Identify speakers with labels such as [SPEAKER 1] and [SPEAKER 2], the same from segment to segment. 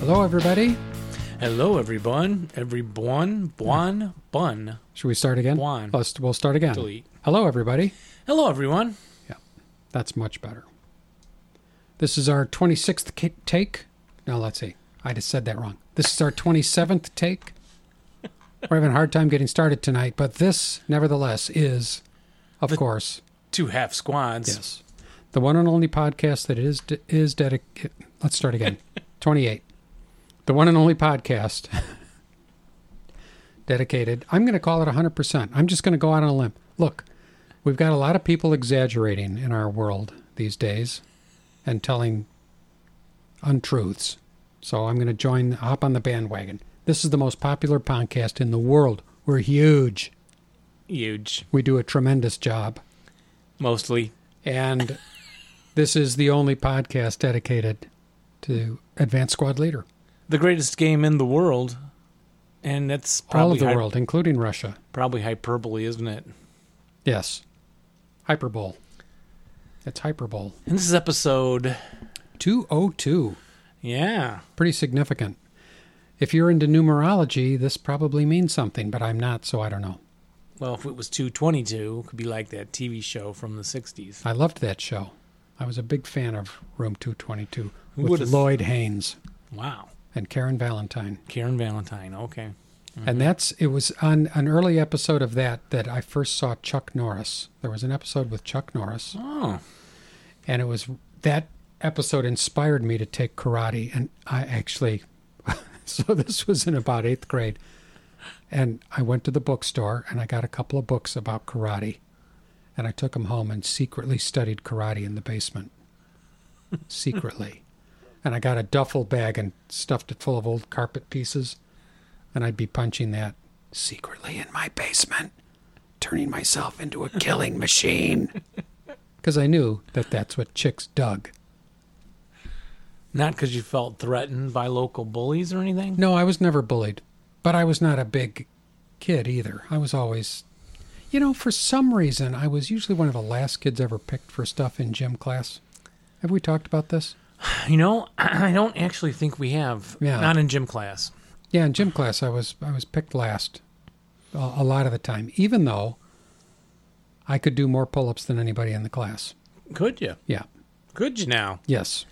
[SPEAKER 1] Hello, everybody.
[SPEAKER 2] Hello, everyone. Everyone. Buon. Bun.
[SPEAKER 1] Should we start again?
[SPEAKER 2] Juan.
[SPEAKER 1] Let's, we'll start again.
[SPEAKER 2] Delete.
[SPEAKER 1] Hello, everybody.
[SPEAKER 2] Hello, everyone.
[SPEAKER 1] Yeah, that's much better. This is our 26th ca- take. No, let's see. I just said that wrong. This is our 27th take. We're having a hard time getting started tonight, but this, nevertheless, is, of course,
[SPEAKER 2] Two half squads.
[SPEAKER 1] yes, the one and only podcast that is de- is dedicated. Let's start again. 28. The one and only podcast dedicated. I'm going to call it 100%. I'm just going to go out on a limb. Look, we've got a lot of people exaggerating in our world these days and telling untruths. So I'm going to join, hop on the bandwagon. This is the most popular podcast in the world. We're huge.
[SPEAKER 2] Huge.
[SPEAKER 1] We do a tremendous job.
[SPEAKER 2] Mostly.
[SPEAKER 1] And this is the only podcast dedicated to Advanced Squad Leader.
[SPEAKER 2] The greatest game in the world. And that's
[SPEAKER 1] all
[SPEAKER 2] probably,
[SPEAKER 1] of the
[SPEAKER 2] hy-
[SPEAKER 1] world, including Russia.
[SPEAKER 2] probably hyperbole, isn't it?
[SPEAKER 1] Yes. Hyperbole. It's hyperbole.
[SPEAKER 2] And this is episode.
[SPEAKER 1] 202.
[SPEAKER 2] Yeah.
[SPEAKER 1] Pretty significant. If you're into numerology, this probably means something, but I'm not, so I don't know.
[SPEAKER 2] Well, if it was 222, it could be like that TV show from the 60s.
[SPEAKER 1] I loved that show. I was a big fan of Room 222
[SPEAKER 2] Who
[SPEAKER 1] with
[SPEAKER 2] would've-
[SPEAKER 1] Lloyd Haynes
[SPEAKER 2] Wow.
[SPEAKER 1] and Karen Valentine.
[SPEAKER 2] Karen Valentine. Okay.
[SPEAKER 1] And that's it was on an early episode of that that I first saw Chuck Norris. There was an episode with Chuck Norris.
[SPEAKER 2] Oh.
[SPEAKER 1] and it was that episode inspired me to take karate and i actually so this was in about eighth grade and i went to the bookstore and i got a couple of books about karate and i took them home and secretly studied karate in the basement secretly and i got a duffel bag and stuffed it full of old carpet pieces and i'd be punching that secretly in my basement turning myself into a killing machine because I knew that that's what chicks dug.
[SPEAKER 2] Not because you felt threatened by local bullies or anything?
[SPEAKER 1] No, I was never bullied, but I was not a big kid either. I was always, you know, for some reason, I was usually one of the last kids ever picked for stuff in gym class. Have we talked about this?
[SPEAKER 2] You know, I don't actually think we have.
[SPEAKER 1] Yeah.
[SPEAKER 2] Not in gym class.
[SPEAKER 1] Yeah, in gym class, I was I was picked last a, a lot of the time, even though I could do more pull-ups than anybody in the class.
[SPEAKER 2] Could you?
[SPEAKER 1] Yeah.
[SPEAKER 2] Could you now?
[SPEAKER 1] Yes.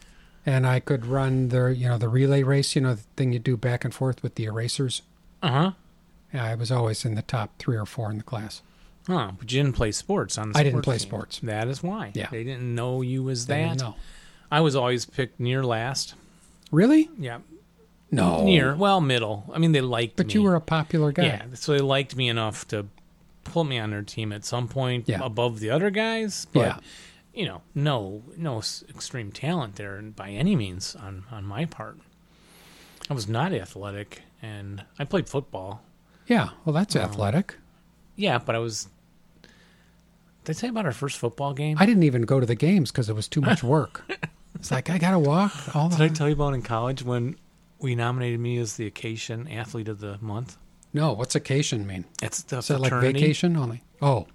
[SPEAKER 1] And I could run the you know the relay race, you know the thing you do back and forth with the erasers.
[SPEAKER 2] Uh
[SPEAKER 1] Uh-huh.
[SPEAKER 2] huh.
[SPEAKER 1] Yeah, I was always in the top three or four in the class.
[SPEAKER 2] Huh. But you didn't play sports on the
[SPEAKER 1] I didn't
[SPEAKER 2] sports
[SPEAKER 1] play
[SPEAKER 2] team.
[SPEAKER 1] sports.
[SPEAKER 2] That is why.
[SPEAKER 1] Yeah.
[SPEAKER 2] They didn't know you as
[SPEAKER 1] They
[SPEAKER 2] that.
[SPEAKER 1] didn't know.
[SPEAKER 2] I was always picked near last.
[SPEAKER 1] Really?
[SPEAKER 2] Yeah.
[SPEAKER 1] No.
[SPEAKER 2] Near. Well, middle. I mean, they liked
[SPEAKER 1] Oh. But
[SPEAKER 2] me.
[SPEAKER 1] you were a popular guy.
[SPEAKER 2] Yeah. So they liked me enough to put me on their team at some point
[SPEAKER 1] Yeah.
[SPEAKER 2] above the other guys. But,
[SPEAKER 1] Yeah.
[SPEAKER 2] you know, no no s- extreme talent there by any means on, on my part. I was not athletic and I played football.
[SPEAKER 1] Yeah, Well, that's athletic.
[SPEAKER 2] Yeah, but I was. Did I say about our first football game?
[SPEAKER 1] I didn't even go to the games because it was too much work. it's like I gotta walk all the
[SPEAKER 2] Did I tell you about in college when we nominated me as the occasion athlete of the month?
[SPEAKER 1] No, what's occasion mean?
[SPEAKER 2] It's the
[SPEAKER 1] Is that like
[SPEAKER 2] fraternity.
[SPEAKER 1] vacation only? Oh,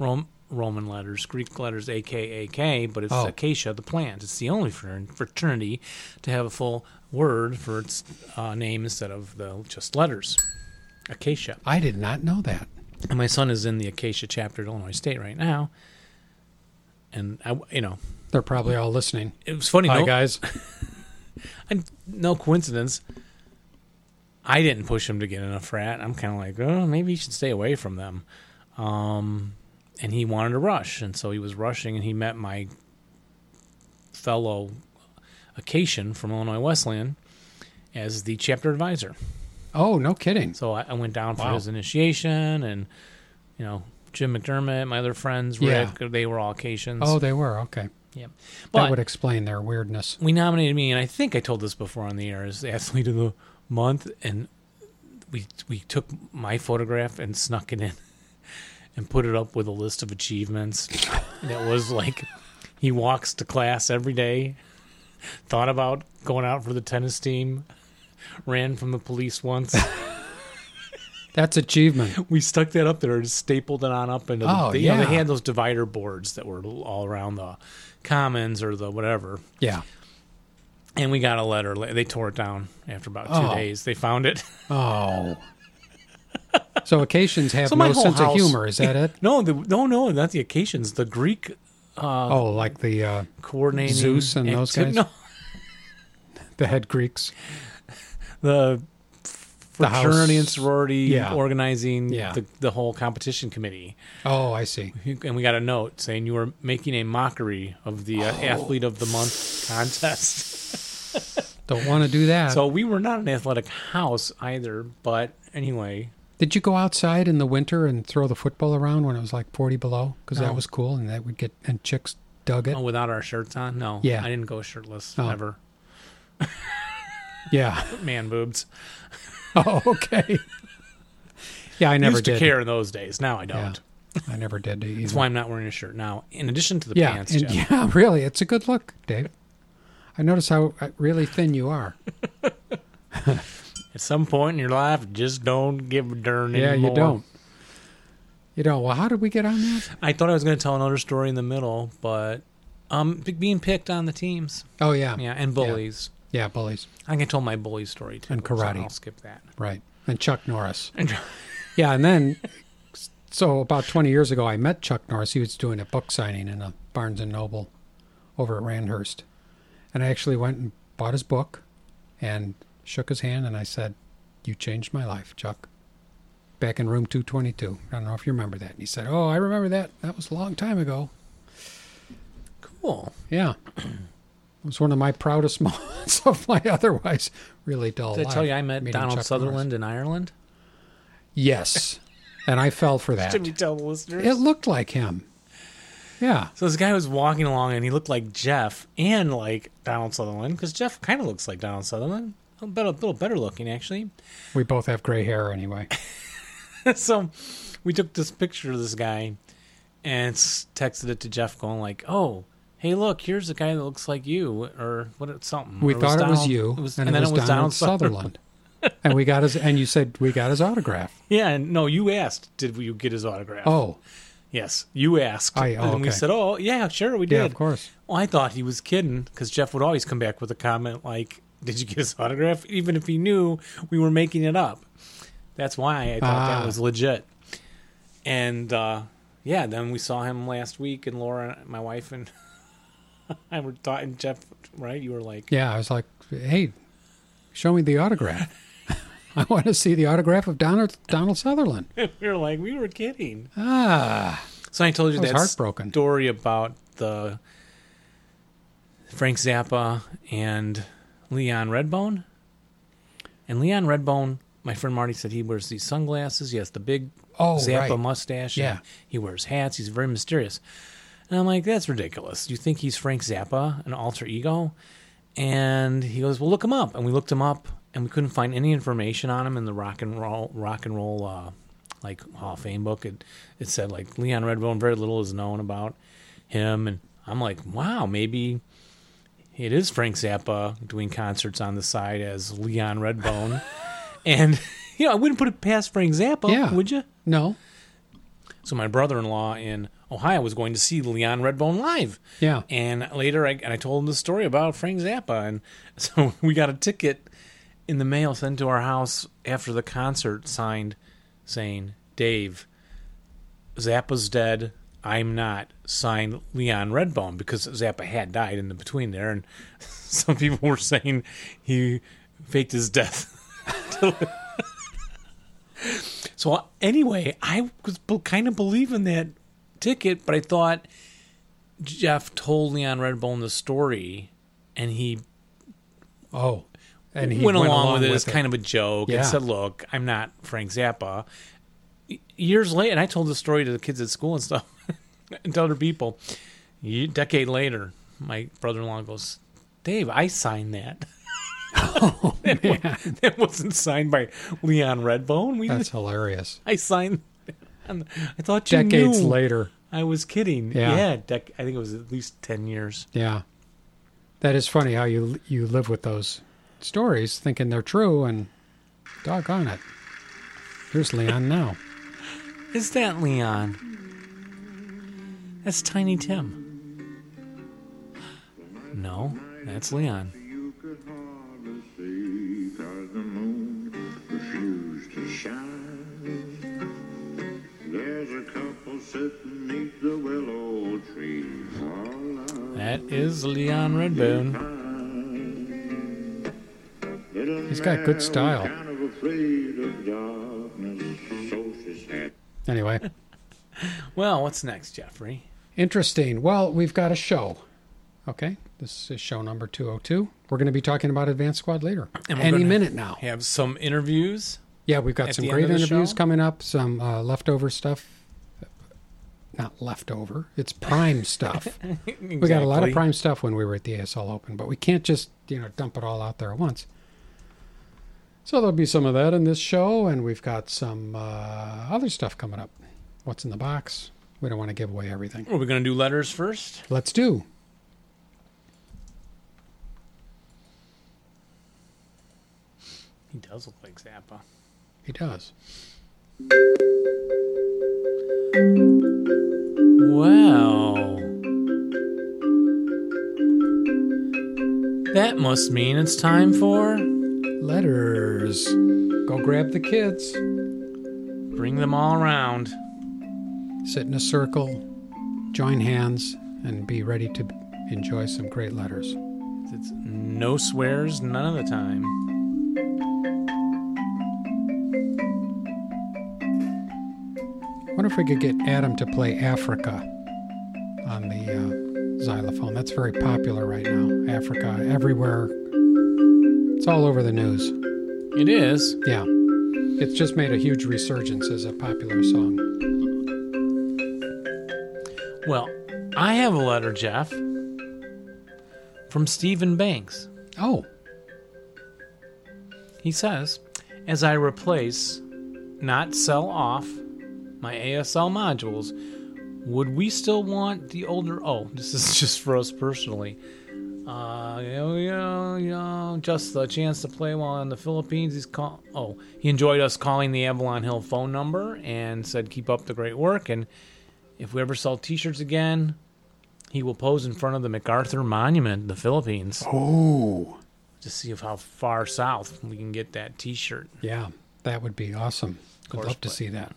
[SPEAKER 2] Rom- Roman letters, Greek letters, AKAK, but it's
[SPEAKER 1] Oh.
[SPEAKER 2] Acacia, the plant. It's the only fratern- fraternity to have a full word for its uh, name instead of the just letters. Acacia.
[SPEAKER 1] I did not know that.
[SPEAKER 2] And my son is in the Acacia chapter at Illinois State right now. And I, you know,
[SPEAKER 1] They're probably all listening.
[SPEAKER 2] it was funny.
[SPEAKER 1] Hi
[SPEAKER 2] no-
[SPEAKER 1] guys.
[SPEAKER 2] And no coincidence, I didn't push him to get in a frat. I'm kind of like, oh, maybe he should stay away from them. Um, and he wanted to rush, and so he was rushing, and he met my fellow Acacian from Illinois Wesleyan as the chapter advisor.
[SPEAKER 1] Oh, no kidding.
[SPEAKER 2] So I, I went down for
[SPEAKER 1] Wow.
[SPEAKER 2] his initiation, and you know Jim McDermott, my other friends,
[SPEAKER 1] Yeah.
[SPEAKER 2] Rick, they were all Acacians.
[SPEAKER 1] Oh, they were okay.
[SPEAKER 2] yeah.
[SPEAKER 1] that would explain their weirdness.
[SPEAKER 2] we nominated me, and I think I told this before on the air as the athlete of the month, and we we took my photograph and snuck it in, and put it up with a list of achievements, and it was like he walks to class every day, thought about going out for the tennis team, ran from the police once.
[SPEAKER 1] That's achievement.
[SPEAKER 2] we stuck that up there and stapled it on up into the,
[SPEAKER 1] Oh,
[SPEAKER 2] they- you know, they
[SPEAKER 1] yeah.
[SPEAKER 2] had those divider boards that were all around the commons or the whatever
[SPEAKER 1] Yeah.
[SPEAKER 2] And we got a letter. la- They tore it down after about two
[SPEAKER 1] Oh.
[SPEAKER 2] days. They found it.
[SPEAKER 1] Oh. so Acacians have
[SPEAKER 2] So my
[SPEAKER 1] no
[SPEAKER 2] whole
[SPEAKER 1] sense of
[SPEAKER 2] house-
[SPEAKER 1] humor. Is that it?
[SPEAKER 2] No, the, no, no, not the Acacians. The Greek
[SPEAKER 1] oh, like the uh,
[SPEAKER 2] coordinating
[SPEAKER 1] Zeus and those
[SPEAKER 2] acti-
[SPEAKER 1] guys?
[SPEAKER 2] No,
[SPEAKER 1] the head Greeks.
[SPEAKER 2] the
[SPEAKER 1] The
[SPEAKER 2] fraternity and
[SPEAKER 1] house-
[SPEAKER 2] sorority
[SPEAKER 1] yeah.
[SPEAKER 2] organizing
[SPEAKER 1] Yeah.
[SPEAKER 2] the, the whole competition committee.
[SPEAKER 1] Oh, I see.
[SPEAKER 2] And we got a note saying you were making a mockery of the uh,
[SPEAKER 1] Oh.
[SPEAKER 2] athlete of the month contest.
[SPEAKER 1] Don't want to do that.
[SPEAKER 2] So we were not an athletic house either. But anyway,
[SPEAKER 1] Did you go outside in the winter and throw the football around when it was like 40 below? Because
[SPEAKER 2] No.
[SPEAKER 1] that was cool and that would get, and chicks dug it.
[SPEAKER 2] oh, without our shirts on, no,
[SPEAKER 1] Yeah.
[SPEAKER 2] I didn't go shirtless
[SPEAKER 1] Oh.
[SPEAKER 2] ever.
[SPEAKER 1] Yeah.
[SPEAKER 2] Man boobs.
[SPEAKER 1] Oh, okay. yeah, I never
[SPEAKER 2] used
[SPEAKER 1] did.
[SPEAKER 2] to care in those days. Now I don't.
[SPEAKER 1] Yeah. I never did. Either.
[SPEAKER 2] That's why I'm not wearing a shirt now. In addition to the
[SPEAKER 1] yeah,
[SPEAKER 2] pants,
[SPEAKER 1] and-
[SPEAKER 2] Jeff.
[SPEAKER 1] yeah, really, it's a good look, Dave. I notice how uh, really thin you are.
[SPEAKER 2] at some point in your life, just don't give a darn
[SPEAKER 1] Yeah,
[SPEAKER 2] anymore.
[SPEAKER 1] you don't. You don't. Well, how did we get on that?
[SPEAKER 2] I thought I was going to tell another story in the middle, but um, p- being picked on the teams,
[SPEAKER 1] Oh yeah, yeah,
[SPEAKER 2] yeah, and bullies.
[SPEAKER 1] bullies,
[SPEAKER 2] I can tell my bully story too.
[SPEAKER 1] And
[SPEAKER 2] so
[SPEAKER 1] karate.
[SPEAKER 2] I'll skip that.
[SPEAKER 1] right? And Chuck Norris.
[SPEAKER 2] And-
[SPEAKER 1] Yeah, and then so about twenty years ago, I met Chuck Norris. He was doing a book signing in a Barnes and Noble over at Randhurst, and I actually went and bought his book and shook his hand, and I said, "You changed my life, Chuck." Back in room two twenty two. I don't know if you remember that. And he said, "Oh, I remember that. That was a long time ago."
[SPEAKER 2] Cool.
[SPEAKER 1] Yeah. It was one of my proudest moments of my otherwise really dull
[SPEAKER 2] Did I
[SPEAKER 1] life.
[SPEAKER 2] tell you I met
[SPEAKER 1] meeting
[SPEAKER 2] Donald
[SPEAKER 1] Chuck
[SPEAKER 2] Sutherland
[SPEAKER 1] Norris.
[SPEAKER 2] in Ireland?
[SPEAKER 1] Yes. And I fell for that.
[SPEAKER 2] Did we tell the listeners?
[SPEAKER 1] It looked like him. Yeah.
[SPEAKER 2] So this guy was walking along and he looked like Jeff and like Donald Sutherland because Jeff kind of looks like Donald Sutherland, a bit- a little better looking actually.
[SPEAKER 1] We both have gray hair anyway.
[SPEAKER 2] so we took this picture of this guy and s- texted it to Jeff, going like, "Oh, hey, look, here's a guy that looks like you, or what? It's something."
[SPEAKER 1] We
[SPEAKER 2] Or
[SPEAKER 1] thought it was
[SPEAKER 2] Donald-
[SPEAKER 1] you,
[SPEAKER 2] It was,
[SPEAKER 1] and, it was Donald, Sutherland. and we got his and you said we got his autograph.
[SPEAKER 2] Yeah, and no, you asked, did you get his autograph?
[SPEAKER 1] Oh,
[SPEAKER 2] yes, you asked.
[SPEAKER 1] I- oh,
[SPEAKER 2] and we
[SPEAKER 1] okay.
[SPEAKER 2] said, "Oh, yeah, sure, we did."
[SPEAKER 1] yeah, of course.
[SPEAKER 2] Well, I thought he was kidding because Jeff would always come back with a comment like, "Did you get his autograph?" Even if he knew we were making it up. That's why I thought
[SPEAKER 1] Ah.
[SPEAKER 2] that was legit. And uh, yeah, then we saw him last week, and Laura, my wife, and I were talking. Jeff, right? You were like,
[SPEAKER 1] Yeah, I was like, "Hey, show me the autograph. I want to see the autograph of Donald Donald Sutherland."
[SPEAKER 2] we were like, we were kidding.
[SPEAKER 1] Ah.
[SPEAKER 2] So I told you
[SPEAKER 1] I was
[SPEAKER 2] that
[SPEAKER 1] heartbroken.
[SPEAKER 2] story about the Frank Zappa and Leon Redbone. And Leon Redbone, my friend Marty said he wears these sunglasses. He has the big
[SPEAKER 1] Oh,
[SPEAKER 2] Zappa
[SPEAKER 1] right.
[SPEAKER 2] mustache.
[SPEAKER 1] Yeah.
[SPEAKER 2] and He wears hats. He's very mysterious. And I'm like, that's ridiculous. You think he's Frank Zappa, an alter ego? And he goes, well, look him up. And we looked him up, and we couldn't find any information on him in the rock and roll, rock and roll, uh, like Hall of Fame book. It it said like Leon Redbone. Very little is known about him, and I'm like, wow, maybe it is Frank Zappa doing concerts on the side as Leon Redbone, and you know, I wouldn't put it past Frank Zappa,
[SPEAKER 1] Yeah.
[SPEAKER 2] would you?
[SPEAKER 1] No.
[SPEAKER 2] So my brother-in-law in Ohio was going to see Leon Redbone live.
[SPEAKER 1] Yeah.
[SPEAKER 2] And later, I, and I told him the story about Frank Zappa, and so we got a ticket in the mail sent to our house after the concert, signed, saying, "Dave, Zappa's dead. I'm not." Signed Leon Redbone because Zappa had died in the between there, and some people were saying he faked his death. so uh, anyway, I was kind of believing that ticket, but I thought. Jeff told Leon Redbone the story, and he
[SPEAKER 1] Oh, and he
[SPEAKER 2] went, along, with it as kind of a joke
[SPEAKER 1] Yeah.
[SPEAKER 2] and said, "Look, I'm not Frank Zappa." Y- Years later, and I told the story to the kids at school and stuff, and to other people. A decade later, my brother-in-law goes, "Dave, I signed that. that wasn't signed by Leon Redbone. We,
[SPEAKER 1] That's hilarious.
[SPEAKER 2] I signed. and I thought you
[SPEAKER 1] Decades
[SPEAKER 2] knew.
[SPEAKER 1] later.
[SPEAKER 2] I was kidding.
[SPEAKER 1] Yeah.
[SPEAKER 2] Yeah, dec- I think it was at least ten years.
[SPEAKER 1] Yeah, that is funny how you you live with those stories, thinking they're true, and doggone it, here's Leon now.
[SPEAKER 2] Is that Leon? That's Tiny Tim. No, that's Leon.
[SPEAKER 3] could hardly see 'cause the moon refused to shine. There's a couple sitting neath the willow tree all
[SPEAKER 2] That is Leon Redbone.
[SPEAKER 3] alone. Little
[SPEAKER 1] He's got
[SPEAKER 3] Mary
[SPEAKER 1] good
[SPEAKER 3] was
[SPEAKER 1] style.
[SPEAKER 3] Kind of afraid of darkness, so she sat
[SPEAKER 1] Anyway,
[SPEAKER 2] Well, what's next, Jeffrey?
[SPEAKER 1] interesting. Well, we've got a show. Okay, this is show number 202. We're going to be talking about Advanced Squad later.
[SPEAKER 2] And we're
[SPEAKER 1] Any
[SPEAKER 2] gonna-
[SPEAKER 1] minute now.
[SPEAKER 2] We have some interviews.
[SPEAKER 1] Yeah, we've got
[SPEAKER 2] At
[SPEAKER 1] some
[SPEAKER 2] the end
[SPEAKER 1] great
[SPEAKER 2] of the
[SPEAKER 1] interviews
[SPEAKER 2] show?
[SPEAKER 1] coming up, some uh, leftover stuff. Not leftover, it's prime stuff. We got a lot of
[SPEAKER 2] Exactly.
[SPEAKER 1] prime stuff when we were at the ASL Open, but we can't just, you know, dump it all out there at once. So there'll be some of that in this show, and we've got some uh, other stuff coming up. What's in the box? We don't want to give away everything.
[SPEAKER 2] Are we going to do letters first?
[SPEAKER 1] Let's do.
[SPEAKER 2] He does look like Zappa.
[SPEAKER 1] He does.
[SPEAKER 2] Well, that must mean it's time for
[SPEAKER 1] Letters. Go grab the kids.
[SPEAKER 2] bring them all around.
[SPEAKER 1] Sit in a circle, join hands, and be ready to enjoy some great letters.
[SPEAKER 2] It's no swears none of the time.
[SPEAKER 1] wonder if we could get Adam to play Africa on the uh, xylophone. That's very popular right now. Africa, everywhere. It's all over the news.
[SPEAKER 2] It is.
[SPEAKER 1] Yeah. It's just made a huge resurgence as a popular song.
[SPEAKER 2] Well, I have a letter, Jeff, from Stephen Banks.
[SPEAKER 1] Oh,
[SPEAKER 2] He says, as I replace, not sell off, my ASL modules, would we still want the older? Oh, this is just for us personally. Uh, you know, you know, you know, just the chance to play while in the Philippines. He's call. Oh, he enjoyed us calling the Avalon Hill phone number and said, "Keep up the great work." And if we ever sell T-shirts again, he will pose in front of the MacArthur Monument in the Philippines
[SPEAKER 1] Oh.
[SPEAKER 2] to see if how far south we can get that T-shirt.
[SPEAKER 1] yeah. That would be awesome. Would
[SPEAKER 2] course,
[SPEAKER 1] love to
[SPEAKER 2] but-
[SPEAKER 1] see that.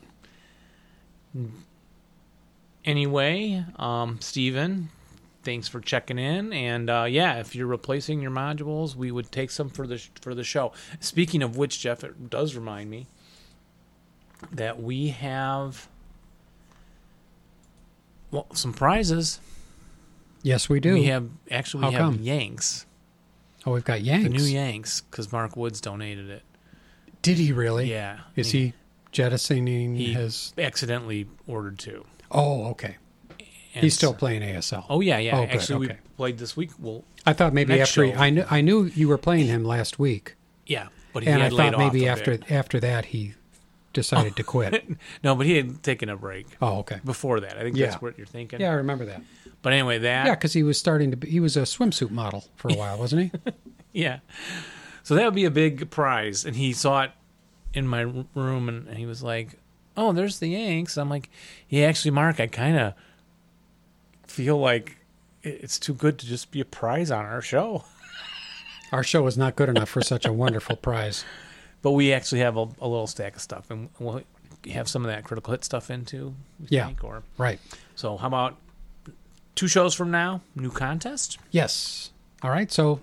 [SPEAKER 2] anyway, um, Steven, thanks for checking in. And uh, yeah, if you're replacing your modules, we would take some for the sh- for the show. Speaking of which, Jeff, it does remind me that we have well some prizes.
[SPEAKER 1] Yes, we do.
[SPEAKER 2] We have actually we
[SPEAKER 1] Hmm. How
[SPEAKER 2] have
[SPEAKER 1] come?
[SPEAKER 2] Yanks,
[SPEAKER 1] oh, we've got Yanks.
[SPEAKER 2] the new Yanks, because Mark Woods donated it.
[SPEAKER 1] Did he really?
[SPEAKER 2] Yeah,
[SPEAKER 1] Is he jettisoning
[SPEAKER 2] He
[SPEAKER 1] his.
[SPEAKER 2] accidentally ordered two.
[SPEAKER 1] Oh, okay.
[SPEAKER 2] And
[SPEAKER 1] He's still
[SPEAKER 2] so-
[SPEAKER 1] playing ASL.
[SPEAKER 2] Oh yeah, yeah.
[SPEAKER 1] Oh, good,
[SPEAKER 2] Actually,
[SPEAKER 1] okay.
[SPEAKER 2] we played this week. Well,
[SPEAKER 1] I thought maybe
[SPEAKER 2] Next
[SPEAKER 1] after. he-
[SPEAKER 2] show.
[SPEAKER 1] I, knew, I knew you were playing him last week.
[SPEAKER 2] yeah, but he
[SPEAKER 1] and I
[SPEAKER 2] had laid
[SPEAKER 1] thought maybe
[SPEAKER 2] off a bit.
[SPEAKER 1] after after that he decided to quit.
[SPEAKER 2] No, but he had taken a break
[SPEAKER 1] Oh, okay.
[SPEAKER 2] before that. I think
[SPEAKER 1] Yeah.
[SPEAKER 2] that's what you're thinking.
[SPEAKER 1] Yeah, I remember that.
[SPEAKER 2] But anyway, that
[SPEAKER 1] Yeah, because he was starting to. Be, he was a swimsuit model for a while, wasn't he?
[SPEAKER 2] yeah. So that would be a big prize, and he saw it in my r- room, and, and he was like, "Oh, there's the Yanks." I'm like, "Yeah, actually, Mark, I kind of feel like it- it's too good to just be a prize on our show."
[SPEAKER 1] Our show was not good enough for such a wonderful prize.
[SPEAKER 2] But we actually have a, a little stack of stuff, and we'll have some of that critical hit stuff into. we
[SPEAKER 1] Yeah.
[SPEAKER 2] think, or
[SPEAKER 1] Right.
[SPEAKER 2] so. How about two shows from now? New contest.
[SPEAKER 1] Yes. All right. So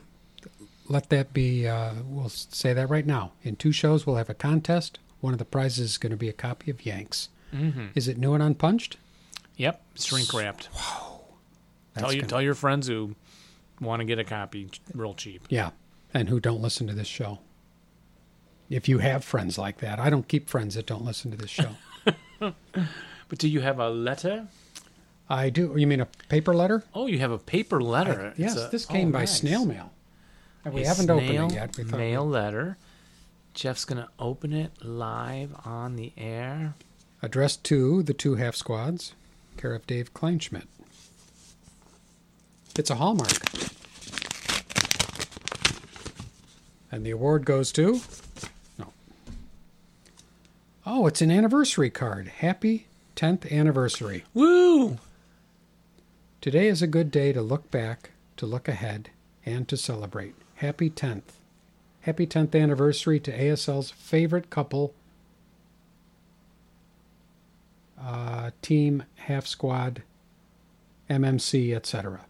[SPEAKER 1] let that be. Uh, we'll say that right now. In two shows, we'll have a contest. One of the prizes is going to be a copy of Yanks. Mm-hmm. Is it new and unpunched?
[SPEAKER 2] Yep, shrink wrapped.
[SPEAKER 1] That's
[SPEAKER 2] tell you
[SPEAKER 1] gonna-
[SPEAKER 2] tell your friends who want to get a copy ch- real cheap.
[SPEAKER 1] Yeah, and who don't listen to this show. If you have friends like that, I don't keep friends that don't listen to this show.
[SPEAKER 2] But do you have a letter?
[SPEAKER 1] I do. You mean a paper letter?
[SPEAKER 2] Oh, you have a paper letter. It's
[SPEAKER 1] yes,
[SPEAKER 2] a-
[SPEAKER 1] this
[SPEAKER 2] oh,
[SPEAKER 1] came by
[SPEAKER 2] nice.
[SPEAKER 1] snail mail. And we
[SPEAKER 2] A
[SPEAKER 1] haven't opened
[SPEAKER 2] snail
[SPEAKER 1] it yet. We thought we-
[SPEAKER 2] mail letter. Jeff's gonna open it live on the air.
[SPEAKER 1] Addressed to the two half squads, care of Dave Kleinschmidt. It's a hallmark. And the award goes to. No. Oh, it's an anniversary card. Happy 10th anniversary.
[SPEAKER 2] Woo!
[SPEAKER 1] Today is a good day to look back, to look ahead, and to celebrate. Happy 10th. Happy 10th anniversary to ASL's favorite couple, uh, team, half squad, MMC, etc.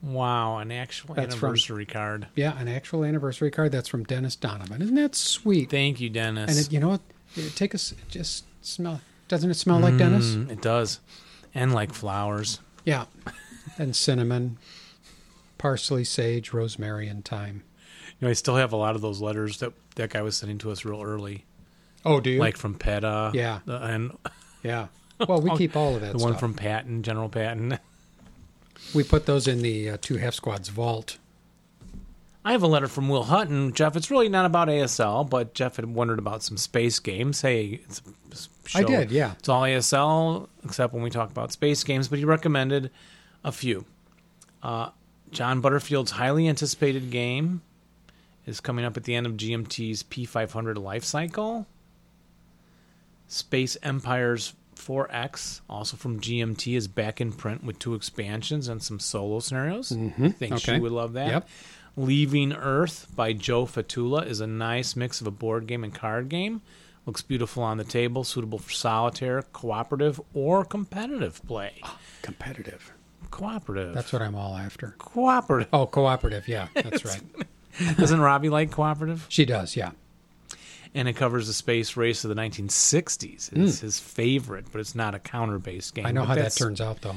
[SPEAKER 2] Wow, an actual
[SPEAKER 1] That's from-
[SPEAKER 2] anniversary card.
[SPEAKER 1] Yeah, an actual anniversary card. That's from Dennis Donovan. Isn't that sweet?
[SPEAKER 2] Thank you, Dennis.
[SPEAKER 1] And it, you know what? It- take us just smell. Doesn't it smell like Dennis?
[SPEAKER 2] Mm, it does. And like flowers.
[SPEAKER 1] Yeah. And cinnamon, parsley, sage, rosemary, and thyme.
[SPEAKER 2] You know, I still have a lot of those letters that that guy was sending to us real early,
[SPEAKER 1] Oh, do you?
[SPEAKER 2] like from PETA.
[SPEAKER 1] Yeah.
[SPEAKER 2] the- and
[SPEAKER 1] yeah. Well, we keep all of that
[SPEAKER 2] Oh, the one
[SPEAKER 1] stuff.
[SPEAKER 2] from Patton, General Patton.
[SPEAKER 1] we put those in the uh, two half squads vault.
[SPEAKER 2] I have a letter from Will Hutton. Jeff, it's really not about ASL, but Jeff had wondered about some space games. Hey, it's a show.
[SPEAKER 1] I did, yeah.
[SPEAKER 2] It's all ASL, except when we talk about space games, but he recommended a few. Uh, John Butterfield's highly anticipated game is coming up at the end of GMT's P500 life cycle. Space Empire's 4X, also from GMT, is back in print with two expansions and some solo scenarios. I think
[SPEAKER 1] Mm-hmm. Okay.
[SPEAKER 2] she would love that.
[SPEAKER 1] Yep.
[SPEAKER 2] Leaving Earth by Joe Fatula is a nice mix of a board game and card game. Looks beautiful on the table, suitable for solitaire, cooperative, or competitive play.
[SPEAKER 1] Competitive.
[SPEAKER 2] Cooperative.
[SPEAKER 1] Ah. That's what I'm all after.
[SPEAKER 2] cooperative.
[SPEAKER 1] Oh, cooperative. Yeah, that's right.
[SPEAKER 2] Doesn't Robbie like cooperative?
[SPEAKER 1] She does. Yeah.
[SPEAKER 2] and it covers the space race of the 1960s. It's his favorite, but it's not a counter-based game.
[SPEAKER 1] Hmm. I know
[SPEAKER 2] But
[SPEAKER 1] how that
[SPEAKER 2] that's-
[SPEAKER 1] turns out, though.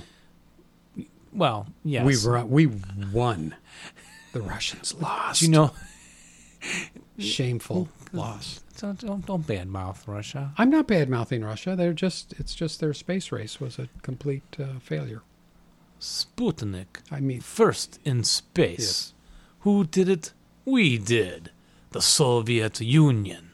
[SPEAKER 2] Well, yes,
[SPEAKER 1] We ru- we won. The Russians lost.
[SPEAKER 2] Do you know?
[SPEAKER 1] Shameful loss.
[SPEAKER 2] Don't don't, don't badmouth Russia.
[SPEAKER 1] I'm not bad mouthing Russia. They're just it's just their space race was a complete uh, failure.
[SPEAKER 2] Sputnik,
[SPEAKER 1] I mean,
[SPEAKER 2] first in space.
[SPEAKER 1] Yes.
[SPEAKER 2] Who did it? We did. The Soviet Union.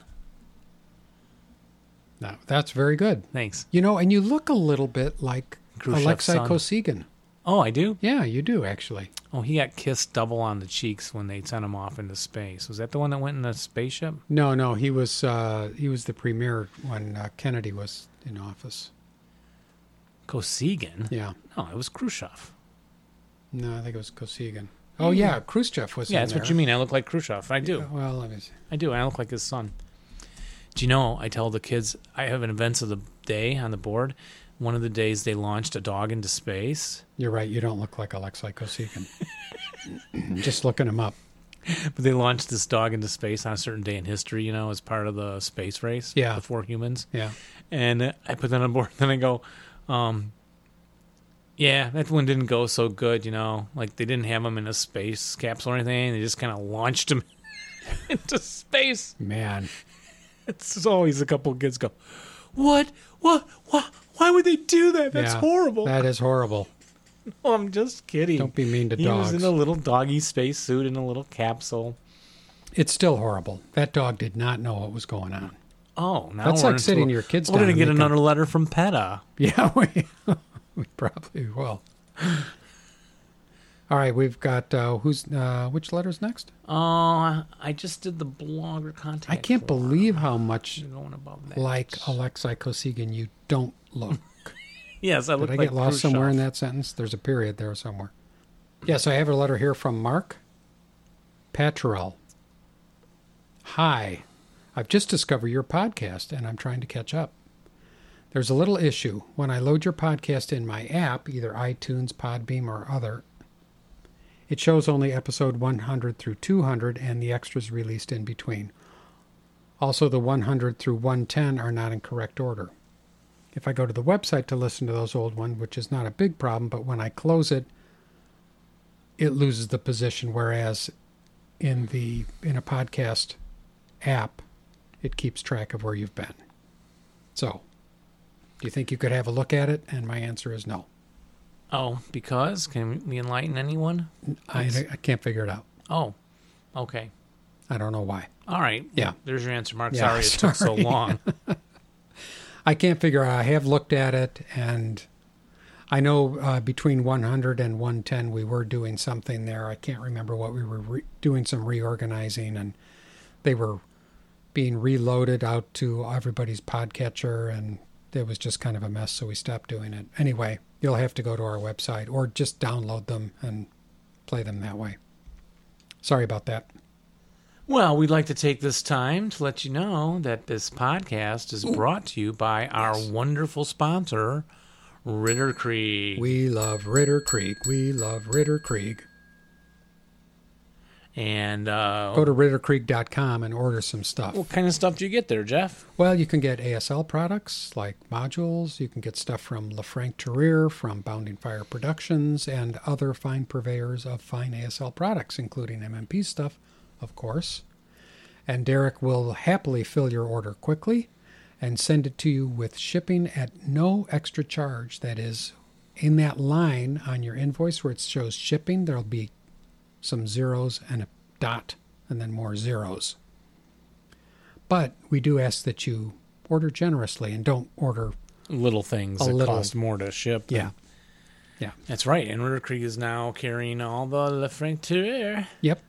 [SPEAKER 1] no, that's very good.
[SPEAKER 2] Thanks.
[SPEAKER 1] You know, and you look a little bit like
[SPEAKER 2] Khrushchev's
[SPEAKER 1] Alexei
[SPEAKER 2] son.
[SPEAKER 1] Kosygin.
[SPEAKER 2] Oh, I do.
[SPEAKER 1] Yeah, you do actually.
[SPEAKER 2] Oh, he got kissed double on the cheeks when they sent him off into space. Was that the one that went in a spaceship?
[SPEAKER 1] No, no, he was uh, he was the premier when uh, Kennedy was in office.
[SPEAKER 2] Kosygin.
[SPEAKER 1] Yeah,
[SPEAKER 2] No, it was Khrushchev.
[SPEAKER 1] no, I think it was Kosygin. Oh yeah, Khrushchev was.
[SPEAKER 2] Hmm. Yeah,
[SPEAKER 1] in
[SPEAKER 2] that's what
[SPEAKER 1] there. Uh,
[SPEAKER 2] you mean. I look like Khrushchev. I do.
[SPEAKER 1] Well, let me see.
[SPEAKER 2] I do. I look like his son. Do you know? I tell the kids I have an events of the day on the board. One of the days they launched a dog into space,
[SPEAKER 1] You're right. You don't look like Alexei Kosygin. Just looking him up.
[SPEAKER 2] but they launched this dog into space on a certain day in history. You know, as part of the space race.
[SPEAKER 1] Yeah.
[SPEAKER 2] the four humans.
[SPEAKER 1] Yeah.
[SPEAKER 2] And uh, I put that on board. Then I go, um, yeah, that one didn't go so good. You know, like they didn't have him in a space capsule or anything. They just kind of launched him into space.
[SPEAKER 1] Man,
[SPEAKER 2] It's just always a couple of kids go, "What? What? What? Why would they do that? That's
[SPEAKER 1] Yeah,
[SPEAKER 2] horrible."
[SPEAKER 1] That is horrible.
[SPEAKER 2] Oh, I'm just kidding.
[SPEAKER 1] Don't be mean to
[SPEAKER 2] he
[SPEAKER 1] dogs.
[SPEAKER 2] was in a little doggy space suit in a little capsule.
[SPEAKER 1] It's still horrible. That dog did not know what was going on.
[SPEAKER 2] Oh, now
[SPEAKER 1] That's
[SPEAKER 2] we're
[SPEAKER 1] like
[SPEAKER 2] into
[SPEAKER 1] sitting
[SPEAKER 2] a-
[SPEAKER 1] your kids
[SPEAKER 2] We're
[SPEAKER 1] down
[SPEAKER 2] gonna
[SPEAKER 1] and
[SPEAKER 2] get
[SPEAKER 1] make 'em-
[SPEAKER 2] another letter from PETA.
[SPEAKER 1] Yeah, we, we probably will. All right, we've got uh, who's uh, which letters next?
[SPEAKER 2] Oh, I I just did the blogger contact.
[SPEAKER 1] I can't
[SPEAKER 2] form.
[SPEAKER 1] believe how much
[SPEAKER 2] There's no one above that.
[SPEAKER 1] like Alexei Kosygin you don't look.
[SPEAKER 2] yes, I look
[SPEAKER 1] Did I
[SPEAKER 2] like
[SPEAKER 1] get lost
[SPEAKER 2] Khrushchev.
[SPEAKER 1] somewhere in that sentence? There's a period there somewhere. Yes, I have a letter here from Mark Patrell. Hi, I've just discovered your podcast and I'm trying to catch up. There's a little issue. When I load your podcast in my app, either iTunes, Podbeam, or other, it shows only episode 100 through 200 and the extras released in between. Also, the 100 through 110 are not in correct order. If I go to the website to listen to those old ones, which is not a big problem, but when I close it, it loses the position. Whereas in the in a podcast app, it keeps track of where you've been. So, do you think you could have a look at it? And my answer is no.
[SPEAKER 2] Oh, because can we enlighten anyone?
[SPEAKER 1] I, I can't figure it out.
[SPEAKER 2] Oh, okay.
[SPEAKER 1] I don't know why.
[SPEAKER 2] All right.
[SPEAKER 1] Yeah.
[SPEAKER 2] There's your answer, Mark.
[SPEAKER 1] Yeah,
[SPEAKER 2] sorry it took so
[SPEAKER 1] sorry.
[SPEAKER 2] long.
[SPEAKER 1] I can't figure out. I have looked at it, and I know uh, between 100 and 110 we were doing something there. I can't remember what we were re- doing, some reorganizing, and they were being reloaded out to everybody's podcatcher, and it was just kind of a mess, so we stopped doing it. Anyway, you'll have to go to our website or just download them and play them that way. Sorry about that.
[SPEAKER 2] Well, we'd like to take this time to let you know that this podcast is brought to you by our wonderful sponsor, Ritter Creek.
[SPEAKER 1] We love Ritter Creek. We love Ritter Creek.
[SPEAKER 2] and uh,
[SPEAKER 1] Go to rittercreek.com and order some stuff.
[SPEAKER 2] what kind of stuff do you get there, Jeff?
[SPEAKER 1] Well, you can get ASL products like modules. You can get stuff from LeFranc Terrier, from Bounding Fire Productions, and other fine purveyors of fine ASL products, including MMP stuff, of course. And Derek will happily fill your order quickly and send it to you with shipping at no extra charge. That is, in that line on your invoice where it shows shipping, there'll be some zeros and a dot, and then more zeros. But we do ask that you order generously and don't order.
[SPEAKER 2] Little things
[SPEAKER 1] A
[SPEAKER 2] that
[SPEAKER 1] little.
[SPEAKER 2] cost more to ship.
[SPEAKER 1] Yeah.
[SPEAKER 2] That's right. And Ritter Creek is now carrying all the Le Frontier.
[SPEAKER 1] Yep.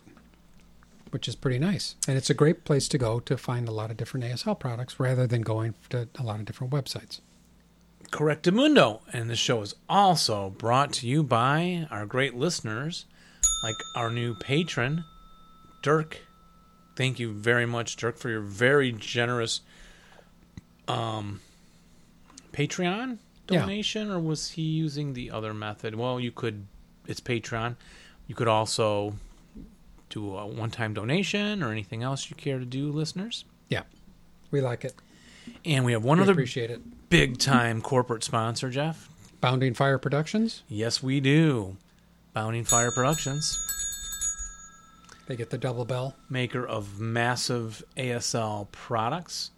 [SPEAKER 1] Which is pretty nice. And it's a great place to go to find a lot of different ASL products rather than going to a lot of different websites.
[SPEAKER 2] Correctamundo. And the show is also brought to you by our great listeners, like our new patron, Dirk. Thank you very much, Dirk, for your very generous um, Patreon
[SPEAKER 1] Yeah.
[SPEAKER 2] donation, or was he using the other method? Well, you could, it's Patreon. You could also do a one time donation or anything else you care to do, listeners.
[SPEAKER 1] Yeah. We like it.
[SPEAKER 2] And we have one
[SPEAKER 1] We
[SPEAKER 2] other
[SPEAKER 1] appreciate it.
[SPEAKER 2] big time corporate sponsor, Jeff.
[SPEAKER 1] Bounding Fire Productions,
[SPEAKER 2] Yes, we do. Bounding Fire Productions,
[SPEAKER 1] they get the double bell.
[SPEAKER 2] maker of massive ASL products.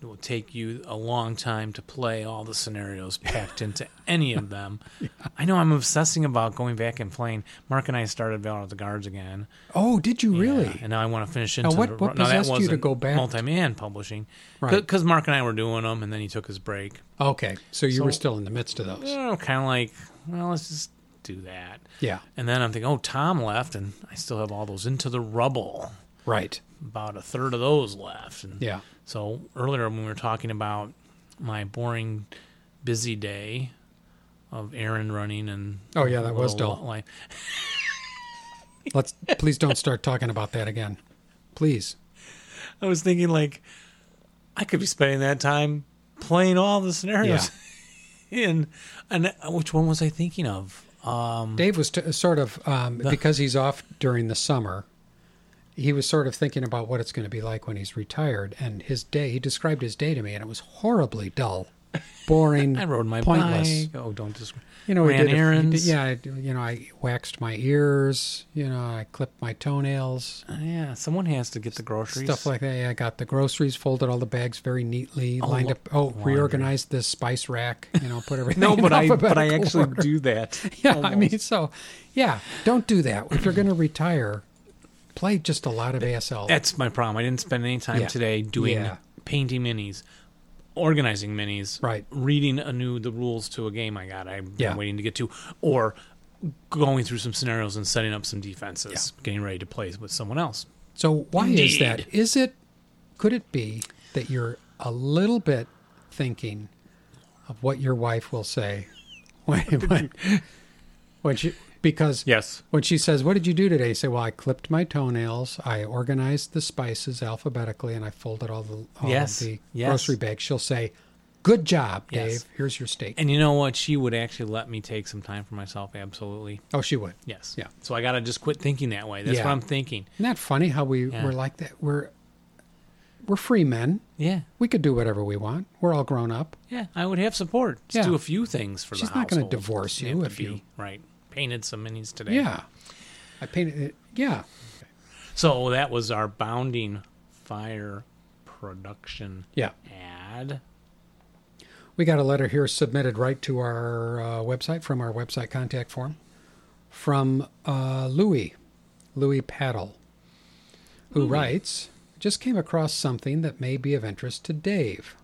[SPEAKER 2] It will take you a long time to play all the scenarios packed into any of them. I know I'm obsessing about going back and playing. Mark and I started Valor of the Guards again.
[SPEAKER 1] Oh, did you
[SPEAKER 2] Yeah,
[SPEAKER 1] really?
[SPEAKER 2] and now I want to finish into
[SPEAKER 1] what-
[SPEAKER 2] the,
[SPEAKER 1] what
[SPEAKER 2] no, that
[SPEAKER 1] possessed you to
[SPEAKER 2] wasn't
[SPEAKER 1] go back?
[SPEAKER 2] multi-man publishing
[SPEAKER 1] Right.
[SPEAKER 2] because Mark and I were doing them, and then he took his break.
[SPEAKER 1] Okay. So you were
[SPEAKER 2] So-
[SPEAKER 1] still in the midst of those.
[SPEAKER 2] kind of like, well, let's just do that.
[SPEAKER 1] Yeah.
[SPEAKER 2] And then I'm thinking, oh, Tom left, and I still have all those into the rubble.
[SPEAKER 1] Right.
[SPEAKER 2] About a third of those left. And
[SPEAKER 1] Yeah.
[SPEAKER 2] So earlier when we were talking about my boring, busy day of errand running and
[SPEAKER 1] Oh, yeah, that was
[SPEAKER 2] little
[SPEAKER 1] dull.
[SPEAKER 2] Life,
[SPEAKER 1] Let's please don't start talking about that again. Please.
[SPEAKER 2] I was thinking like, I could be spending that time playing all the scenarios. in and which one was I thinking of? Um,
[SPEAKER 1] Dave was t- sort of um, because he's off during the summer. He was sort of thinking about what it's going to be like when he's retired, and his day. He described his day to me, and it was horribly dull, boring.
[SPEAKER 2] I rode my
[SPEAKER 1] pointless.
[SPEAKER 2] bike. Oh, don't describe.
[SPEAKER 1] You know, we
[SPEAKER 2] ran
[SPEAKER 1] did a few-
[SPEAKER 2] errands.
[SPEAKER 1] yeah, I, you know, I waxed my ears. You know, I clipped my toenails,
[SPEAKER 2] yeah. Someone has to get the groceries.
[SPEAKER 1] stuff like that. Yeah, I got the groceries, folded all the bags very neatly, lined
[SPEAKER 2] la-
[SPEAKER 1] up. Oh,
[SPEAKER 2] laundry.
[SPEAKER 1] reorganized this spice rack. You know, put everything.
[SPEAKER 2] No,
[SPEAKER 1] in
[SPEAKER 2] but I but I
[SPEAKER 1] alphabetical
[SPEAKER 2] actually
[SPEAKER 1] order.
[SPEAKER 2] do that.
[SPEAKER 1] Yeah, I mean, so yeah, don't do that. If you're going to retire, play just a lot of ASL.
[SPEAKER 2] That's my problem. I didn't spend any time
[SPEAKER 1] Yeah.
[SPEAKER 2] today doing
[SPEAKER 1] Yeah.
[SPEAKER 2] painting minis, organizing minis,
[SPEAKER 1] Right.
[SPEAKER 2] reading anew the rules to a game I got. I'm
[SPEAKER 1] Yeah.
[SPEAKER 2] waiting to get to, or going through some scenarios and setting up some defenses, getting ready to play with someone else.
[SPEAKER 1] So why is that?
[SPEAKER 2] Indeed.
[SPEAKER 1] Is it? Could it be that you're a little bit thinking of what your wife will say when when, when she because
[SPEAKER 2] Yes.
[SPEAKER 1] when she says, "What did you do today?" You say, "Well, I clipped my toenails. I organized the spices alphabetically, and I folded all the all
[SPEAKER 2] Yes,
[SPEAKER 1] of the
[SPEAKER 2] yes.
[SPEAKER 1] grocery bags." She'll say, "Good job, Dave.
[SPEAKER 2] Yes.
[SPEAKER 1] Here's your steak."
[SPEAKER 2] And you know what? She would actually let me take some time for myself. Absolutely.
[SPEAKER 1] oh, she would.
[SPEAKER 2] Yes.
[SPEAKER 1] Yeah.
[SPEAKER 2] So I got to just quit thinking that way. That's
[SPEAKER 1] Yeah.
[SPEAKER 2] what I'm thinking.
[SPEAKER 1] Isn't that funny how we
[SPEAKER 2] Yeah.
[SPEAKER 1] we're like that? We're we're free men.
[SPEAKER 2] Yeah.
[SPEAKER 1] We could do whatever we want. We're all grown up.
[SPEAKER 2] Yeah, I would have support. Just
[SPEAKER 1] Yeah.
[SPEAKER 2] do a few things for
[SPEAKER 1] She's
[SPEAKER 2] the
[SPEAKER 1] not gonna
[SPEAKER 2] household.
[SPEAKER 1] divorce
[SPEAKER 2] Doesn't
[SPEAKER 1] you
[SPEAKER 2] have
[SPEAKER 1] if
[SPEAKER 2] to be,
[SPEAKER 1] you-
[SPEAKER 2] right painted some minis today.
[SPEAKER 1] Yeah. I painted it. Yeah.
[SPEAKER 2] So that was our bounding fire production
[SPEAKER 1] Yeah.
[SPEAKER 2] ad.
[SPEAKER 1] We got a letter here submitted right to our uh, website from our website contact form from uh, Louis, Louis Paddle, who writes Just came across something that may be of interest to Dave.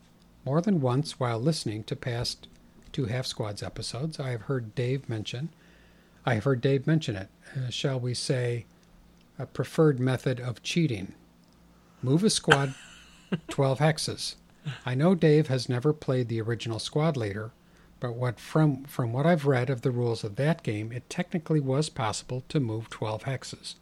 [SPEAKER 1] More than once while listening to past two Half Squads episodes, I have heard Dave mention, I have heard Dave mention it, uh, shall we say, a preferred method of cheating. Move a squad 12 hexes. I know Dave has never played the original squad leader, But what from from what I've read of the rules of that game, it technically was possible to move 12 hexes.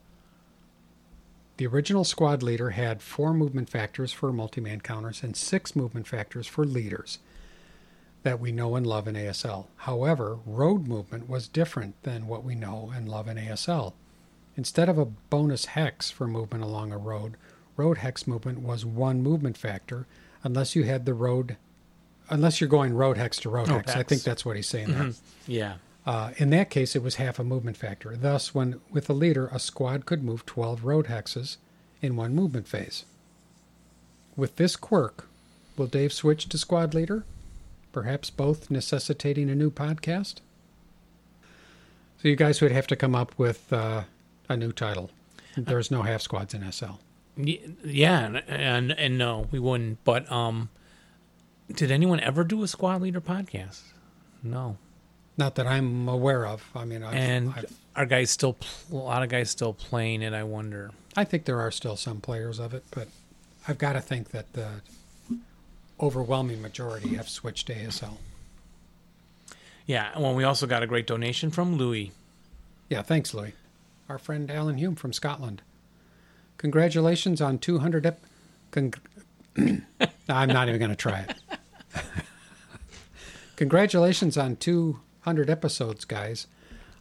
[SPEAKER 1] The original squad leader had four movement factors for multi-man counters and six movement factors for leaders that we know and love in ASL. However, road movement was different than what we know and love in ASL. Instead of a bonus hex for movement along a road, road hex movement was one movement factor unless you had the road unless you're going road hex to road
[SPEAKER 2] Oh,
[SPEAKER 1] hex. I
[SPEAKER 2] hex.
[SPEAKER 1] think that's what he's saying there.
[SPEAKER 2] Yeah.
[SPEAKER 1] Uh, in that case, it was half a movement factor. Thus, when with a leader, a squad could move 12 road hexes in one movement phase. With this quirk, will Dave switch to squad leader? Perhaps both necessitating a new podcast? So, you guys would have to come up with uh, a new title. There's no half squads in SL.
[SPEAKER 2] Y- Yeah, and, and and no, we wouldn't. But um, did anyone ever do a squad leader podcast? No.
[SPEAKER 1] Not that I'm aware of. I mean, I've,
[SPEAKER 2] And
[SPEAKER 1] I've,
[SPEAKER 2] are guys still pl- a lot of guys still playing it? I wonder.
[SPEAKER 1] I think there are still some players of it, but I've got to think that the overwhelming majority have switched to ASL.
[SPEAKER 2] Yeah. Well, we also got a great donation from Louis.
[SPEAKER 1] Yeah, thanks, Louis. Our friend Alan Hume from Scotland. Congratulations on 200. Ep- con- No, I'm not even going to try it. Congratulations on 200 episodes, guys.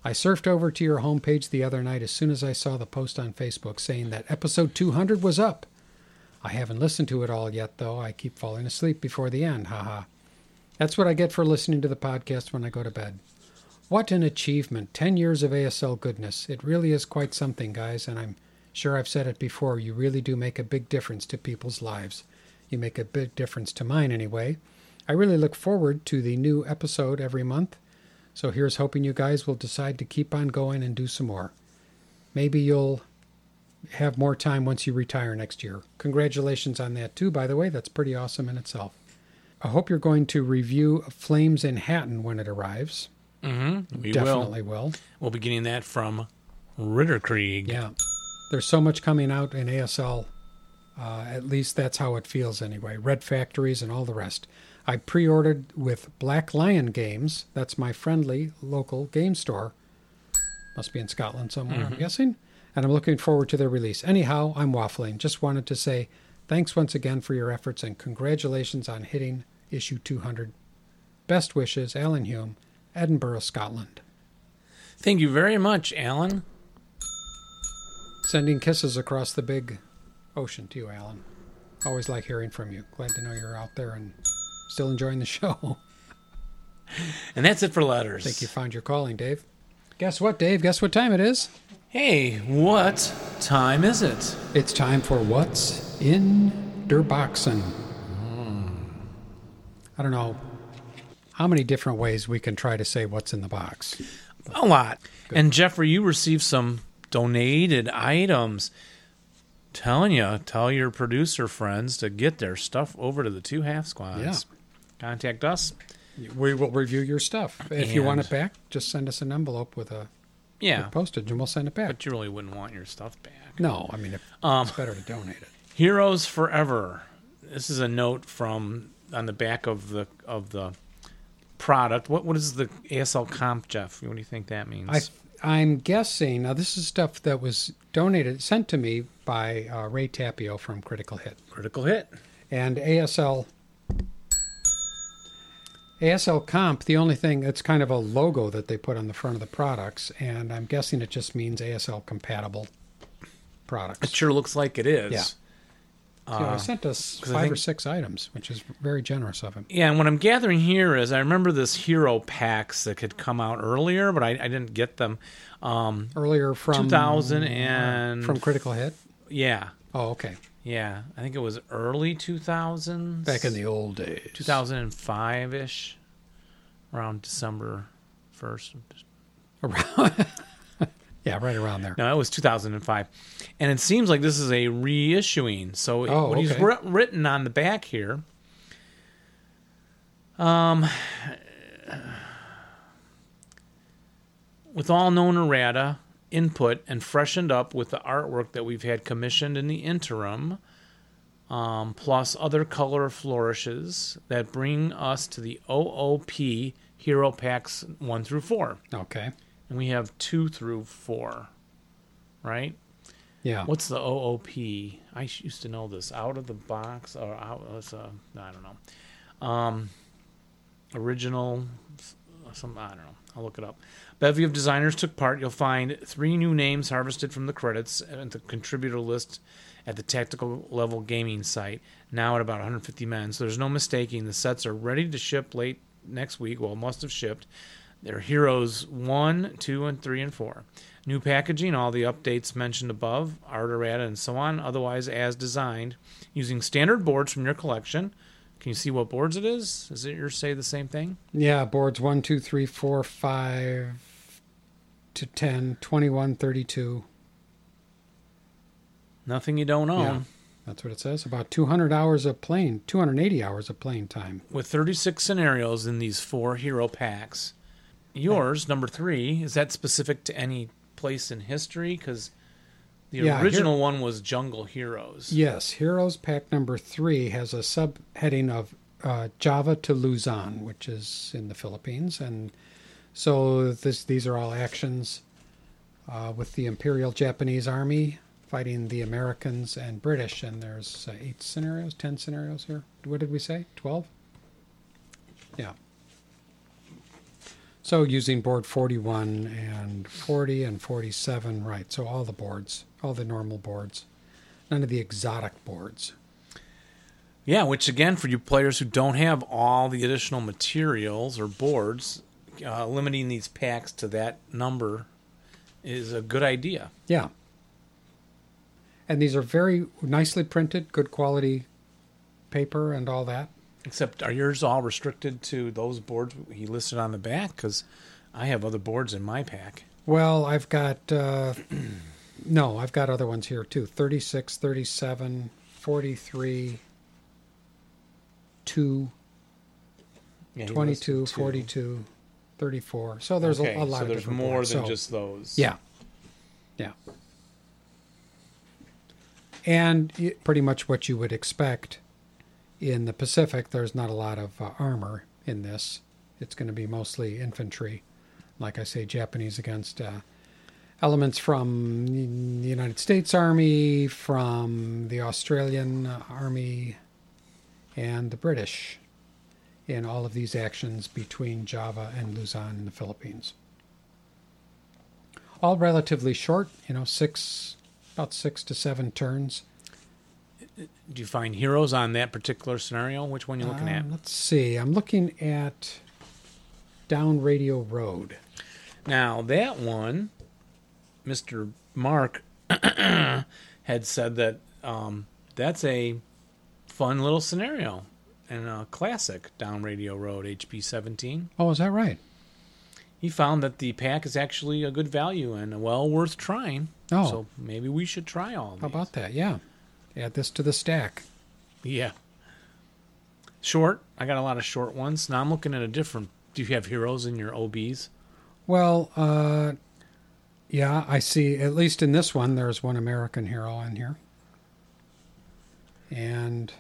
[SPEAKER 1] I surfed over to your homepage the other night as soon as I saw the post on Facebook saying that episode 200 was up. I haven't listened to it all yet, though. I keep falling asleep before the end. Haha. That's what I get for listening to the podcast when I go to bed. What an achievement! 10 years of ASL goodness. It really is quite something, guys, and I'm sure I've said it before. You really do make a big difference to people's lives. You make a big difference to mine, anyway. I really look forward to the new episode every month, so here's hoping you guys will decide to keep on going and do some more. Maybe you'll have more time once you retire next year. Congratulations on that, too, by the way. That's pretty awesome in itself. I hope you're going to review Flames in Hatton when it arrives.
[SPEAKER 2] Mm-hmm. We will.
[SPEAKER 1] Definitely will.
[SPEAKER 2] We'll be getting that from Ritter Krieg.
[SPEAKER 1] Yeah. There's so much coming out in ASL. Uh, at least that's how it feels anyway. Red Factories and all the rest. I pre ordered with Black Lion Games. That's my friendly local game store. Must be in Scotland somewhere, I'm guessing. And I'm looking forward to their release. Anyhow, I'm waffling. Just wanted to say thanks once again for your efforts and congratulations on hitting issue 200. Best wishes, Alan Hume, Edinburgh, Scotland.
[SPEAKER 2] Thank you very much, Alan.
[SPEAKER 1] Sending kisses across the big ocean to you, Alan. Always like hearing from you. Glad to know you're out there and still enjoying the show.
[SPEAKER 2] And that's it for letters.
[SPEAKER 1] Think you found your calling, Dave. Guess what, Dave? Guess what time it is?
[SPEAKER 2] Hey, what time is it?
[SPEAKER 1] It's time for What's in Der Boxen. Hmm. I don't know how many different ways we can try to say what's in the box.
[SPEAKER 2] A lot. And Jeffrey, you received some donated items. Telling you, tell your producer friends to get their stuff over to the two half squads. Contact us.
[SPEAKER 1] We will review your stuff. If you want
[SPEAKER 2] And-
[SPEAKER 1] it back, just send us an envelope with a
[SPEAKER 2] Yeah.
[SPEAKER 1] postage and we'll send it back.
[SPEAKER 2] But you really wouldn't want your stuff back.
[SPEAKER 1] No, I mean, if, it's better to donate it.
[SPEAKER 2] Heroes Forever. This is a note from on the back of the of the product. What what is the ASL comp, Jeff? What do you think that means?
[SPEAKER 1] I, I'm guessing now. This is stuff that was donated, sent to me by uh, Ray Tapio from Critical Hit
[SPEAKER 2] Critical hit.
[SPEAKER 1] and ASL. ASL Comp. The only thing it's kind of a logo that they put on the front of the products, and I'm guessing it just means ASL compatible
[SPEAKER 2] It
[SPEAKER 1] products.
[SPEAKER 2] sure looks like it is.
[SPEAKER 1] Yeah. So he sent us
[SPEAKER 2] 'cause uh, I
[SPEAKER 1] five or
[SPEAKER 2] think-
[SPEAKER 1] six items, which is very generous of him.
[SPEAKER 2] Yeah, and what I'm gathering here is I remember this hero packs that had come out earlier, but I, I didn't get them. Um,
[SPEAKER 1] Earlier from uh,
[SPEAKER 2] 2000 and
[SPEAKER 1] from Critical Hit.
[SPEAKER 2] yeah,
[SPEAKER 1] Oh, okay.
[SPEAKER 2] yeah, I think it was early 2000s,
[SPEAKER 1] Back in the old days.
[SPEAKER 2] 2005 ish, around December 1st.
[SPEAKER 1] Around. yeah, right around there.
[SPEAKER 2] No, it was 2005, and it seems like this is a reissuing. So
[SPEAKER 1] Oh,
[SPEAKER 2] what he's
[SPEAKER 1] okay.
[SPEAKER 2] writ- written on the back here. um, with all known errata, input, and freshened up with the artwork that we've had commissioned in the interim, um, plus other color flourishes that bring us to the OOP hero packs one through four,
[SPEAKER 1] Okay.
[SPEAKER 2] and we have two through four, right?
[SPEAKER 1] Yeah.
[SPEAKER 2] What's the OOP? I sh- used to know this. Out of the box or out? It's a, I don't know. Um, original. s- Some I don't know. I'll look it up. Bevy of designers took part. You'll find three new names harvested from the credits and the contributor list at the tactical level gaming site. Now at about 150 men, so there's no mistaking. The sets are ready to ship late next week. Well, must have shipped. They're Heroes 1, 2, and 3, and 4. New packaging, all the updates mentioned above, art or added, and so on, otherwise as designed, using standard boards from your collection. Can you see what boards it is? Is it your say the same thing?
[SPEAKER 1] Yeah, boards 1, 2, 3, 4, 5 to 10, 21, 32.
[SPEAKER 2] Nothing you don't own.
[SPEAKER 1] Yeah. That's what it says. About 200 hours of playing, 280 hours of playing time.
[SPEAKER 2] With 36 scenarios in these four hero packs. Yours, number three, is that specific to any place in history? Because the
[SPEAKER 1] Yeah, here-
[SPEAKER 2] original one was Jungle Heroes.
[SPEAKER 1] Yes, Heroes Pack number 3 has a subheading of uh, Java to Luzon, which is in the Philippines. And so this, these are all actions uh, with the Imperial Japanese Army fighting the Americans and British. And there's uh, eight scenarios, 10 scenarios here. What did we say? 12? Yeah. So using board 41 and 40 and 47, right. So all the boards, all the normal boards, none of the exotic boards.
[SPEAKER 2] Yeah, which again, for you players who don't have all the additional materials or boards, uh, limiting these packs to that number is a good idea.
[SPEAKER 1] Yeah. And these are very nicely printed, good quality paper and all that.
[SPEAKER 2] Except, are yours all restricted to those boards he listed on the back? Because I have other boards in my pack.
[SPEAKER 1] Well, I've got, uh, no, I've got other ones here too 36, 37, 43, 2,
[SPEAKER 2] Yeah, he listed
[SPEAKER 1] 22,
[SPEAKER 2] two.
[SPEAKER 1] 42, 34. So there's
[SPEAKER 2] Okay,
[SPEAKER 1] a, a lot
[SPEAKER 2] so
[SPEAKER 1] of
[SPEAKER 2] there's
[SPEAKER 1] different
[SPEAKER 2] more
[SPEAKER 1] boards.
[SPEAKER 2] than
[SPEAKER 1] So-
[SPEAKER 2] just those.
[SPEAKER 1] Yeah. Yeah. And y- pretty much what you would expect in the Pacific, there's not a lot of uh, armor in this. It's going to be mostly infantry, like I say, Japanese against uh, elements from y- the United States Army, from the Australian Army, and the British in all of these actions between Java and Luzon in the Philippines all relatively short, you know, six, about six to seven turns.
[SPEAKER 2] Do you find heroes on that particular scenario? Which one you looking at?
[SPEAKER 1] Um, Let's see. I'm looking at Down Radio Road.
[SPEAKER 2] Now that one, Mister Mark had said that um, that's a fun little scenario and a classic down Radio Road HP 17.
[SPEAKER 1] Oh, is that right?
[SPEAKER 2] He found that the pack is actually a good value and uh, well worth trying.
[SPEAKER 1] Oh.
[SPEAKER 2] so maybe we should try all.
[SPEAKER 1] How
[SPEAKER 2] these.
[SPEAKER 1] about that? Yeah. Add this to the stack.
[SPEAKER 2] Yeah. Short. I got a lot of short ones. Now I'm looking at a different. Do you have heroes in your OBs?
[SPEAKER 1] Well, uh, yeah, I see. At least in this one, there's one American hero in here. And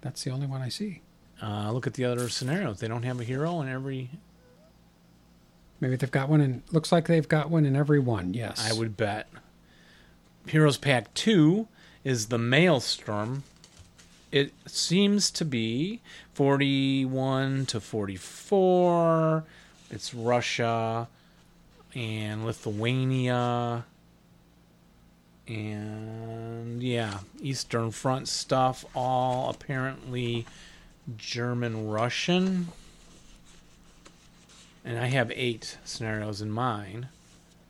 [SPEAKER 1] that's the only one I see.
[SPEAKER 2] Uh, look at the other scenarios. They don't have a hero in every.
[SPEAKER 1] Maybe they've got one in, looks like they've got one in every one. Yes.
[SPEAKER 2] I would bet. Heroes Pack 2 is the Maelstrom. It seems to be 41 to 44. It's Russia and Lithuania and yeah, Eastern Front stuff all apparently German Russian. And I have 8 scenarios in mine.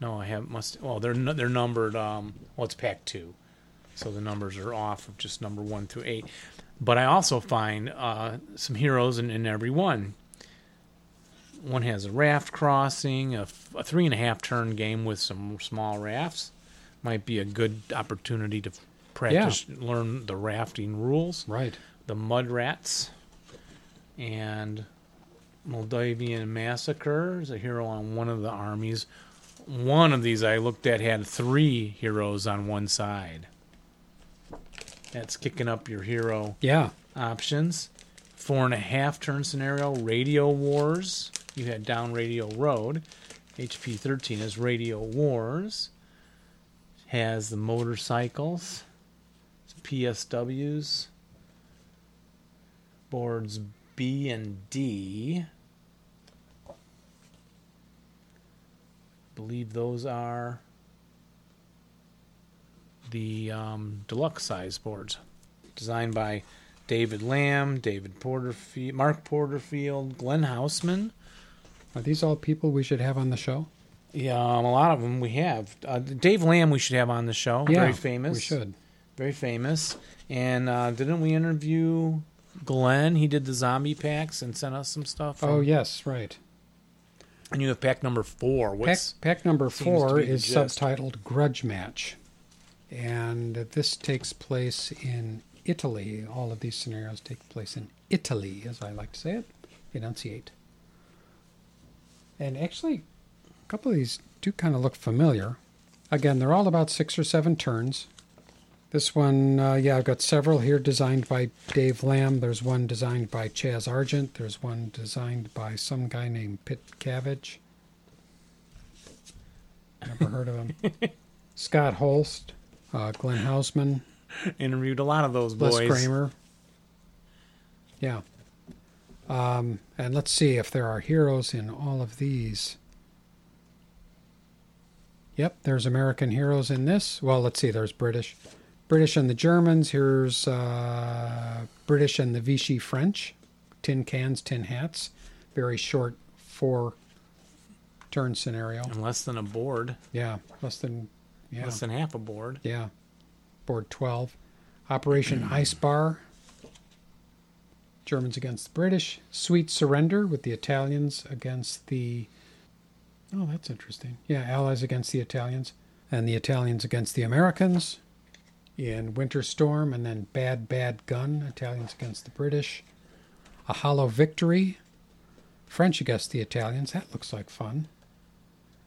[SPEAKER 2] No, I have must. Well, they're nu- they're numbered. Um, well, it's pack two, so the numbers are off of just number one through eight. But I also find uh, some heroes in, in every one. One has a raft crossing, a, f- a three and a half turn game with some small rafts. Might be a good opportunity to practice, learn the rafting rules
[SPEAKER 1] Right.
[SPEAKER 2] the Mud Rats, and Moldavian Massacre is a hero on one of the armies. One of these I looked at had three heroes on one side. That's kicking up your hero
[SPEAKER 1] Yeah.
[SPEAKER 2] options. Four and a half turn scenario, Radio Wars, You had Down Radio Road. HP 13 is Radio Wars. Has the motorcycles, PSWs, boards B and D. Believe those are the um, deluxe size boards, designed by David Lamb, David Porterfield, Mark Porterfield, Glenn Hausman.
[SPEAKER 1] Are these all people we should have on the show?
[SPEAKER 2] Yeah, um, a lot of them we have. Uh, Dave Lamb, we should have on the show. very famous.
[SPEAKER 1] We should.
[SPEAKER 2] Very famous. And uh, didn't we interview Glenn? He did the zombie packs and sent us some stuff.
[SPEAKER 1] Oh
[SPEAKER 2] from-
[SPEAKER 1] yes, right.
[SPEAKER 2] And you have pack number four.
[SPEAKER 1] Pack,
[SPEAKER 2] What's
[SPEAKER 1] pack number
[SPEAKER 2] seems to
[SPEAKER 1] four
[SPEAKER 2] be the
[SPEAKER 1] is
[SPEAKER 2] gist.
[SPEAKER 1] subtitled Grudge Match. And this takes place in Italy. All of these scenarios take place in Italy, as I like to say it, enunciate. And actually, a couple of these do kind of look familiar. Again, they're all about six or seven turns. This one, uh, yeah, I've got several here designed by Dave Lamb. There's one designed by Chaz Argent. There's one designed by some guy named Pitt Cavage. Never heard of him. Scott Holst, uh, Glenn Hausman,
[SPEAKER 2] interviewed a lot of those
[SPEAKER 1] Les
[SPEAKER 2] boys.
[SPEAKER 1] Kramer. Yeah. Um, and let's see if there are heroes in all of these. Yep, there's American heroes in this. Well, let's see, there's British. British and the Germans. Here's uh, British and the Vichy French. Tin cans, tin hats. Very short four turn scenario.
[SPEAKER 2] And less than a board.
[SPEAKER 1] Yeah, less than. Yeah.
[SPEAKER 2] Less than half a board.
[SPEAKER 1] Yeah. Board 12. Operation Ice Bar. Germans against the British. Sweet surrender with the Italians against the. Oh, that's interesting. Yeah, Allies against the Italians. And the Italians against the Americans. In Winter Storm. And then Bad, Bad Gun. Italians against the British. A Hollow Victory. French against the Italians. That looks like fun.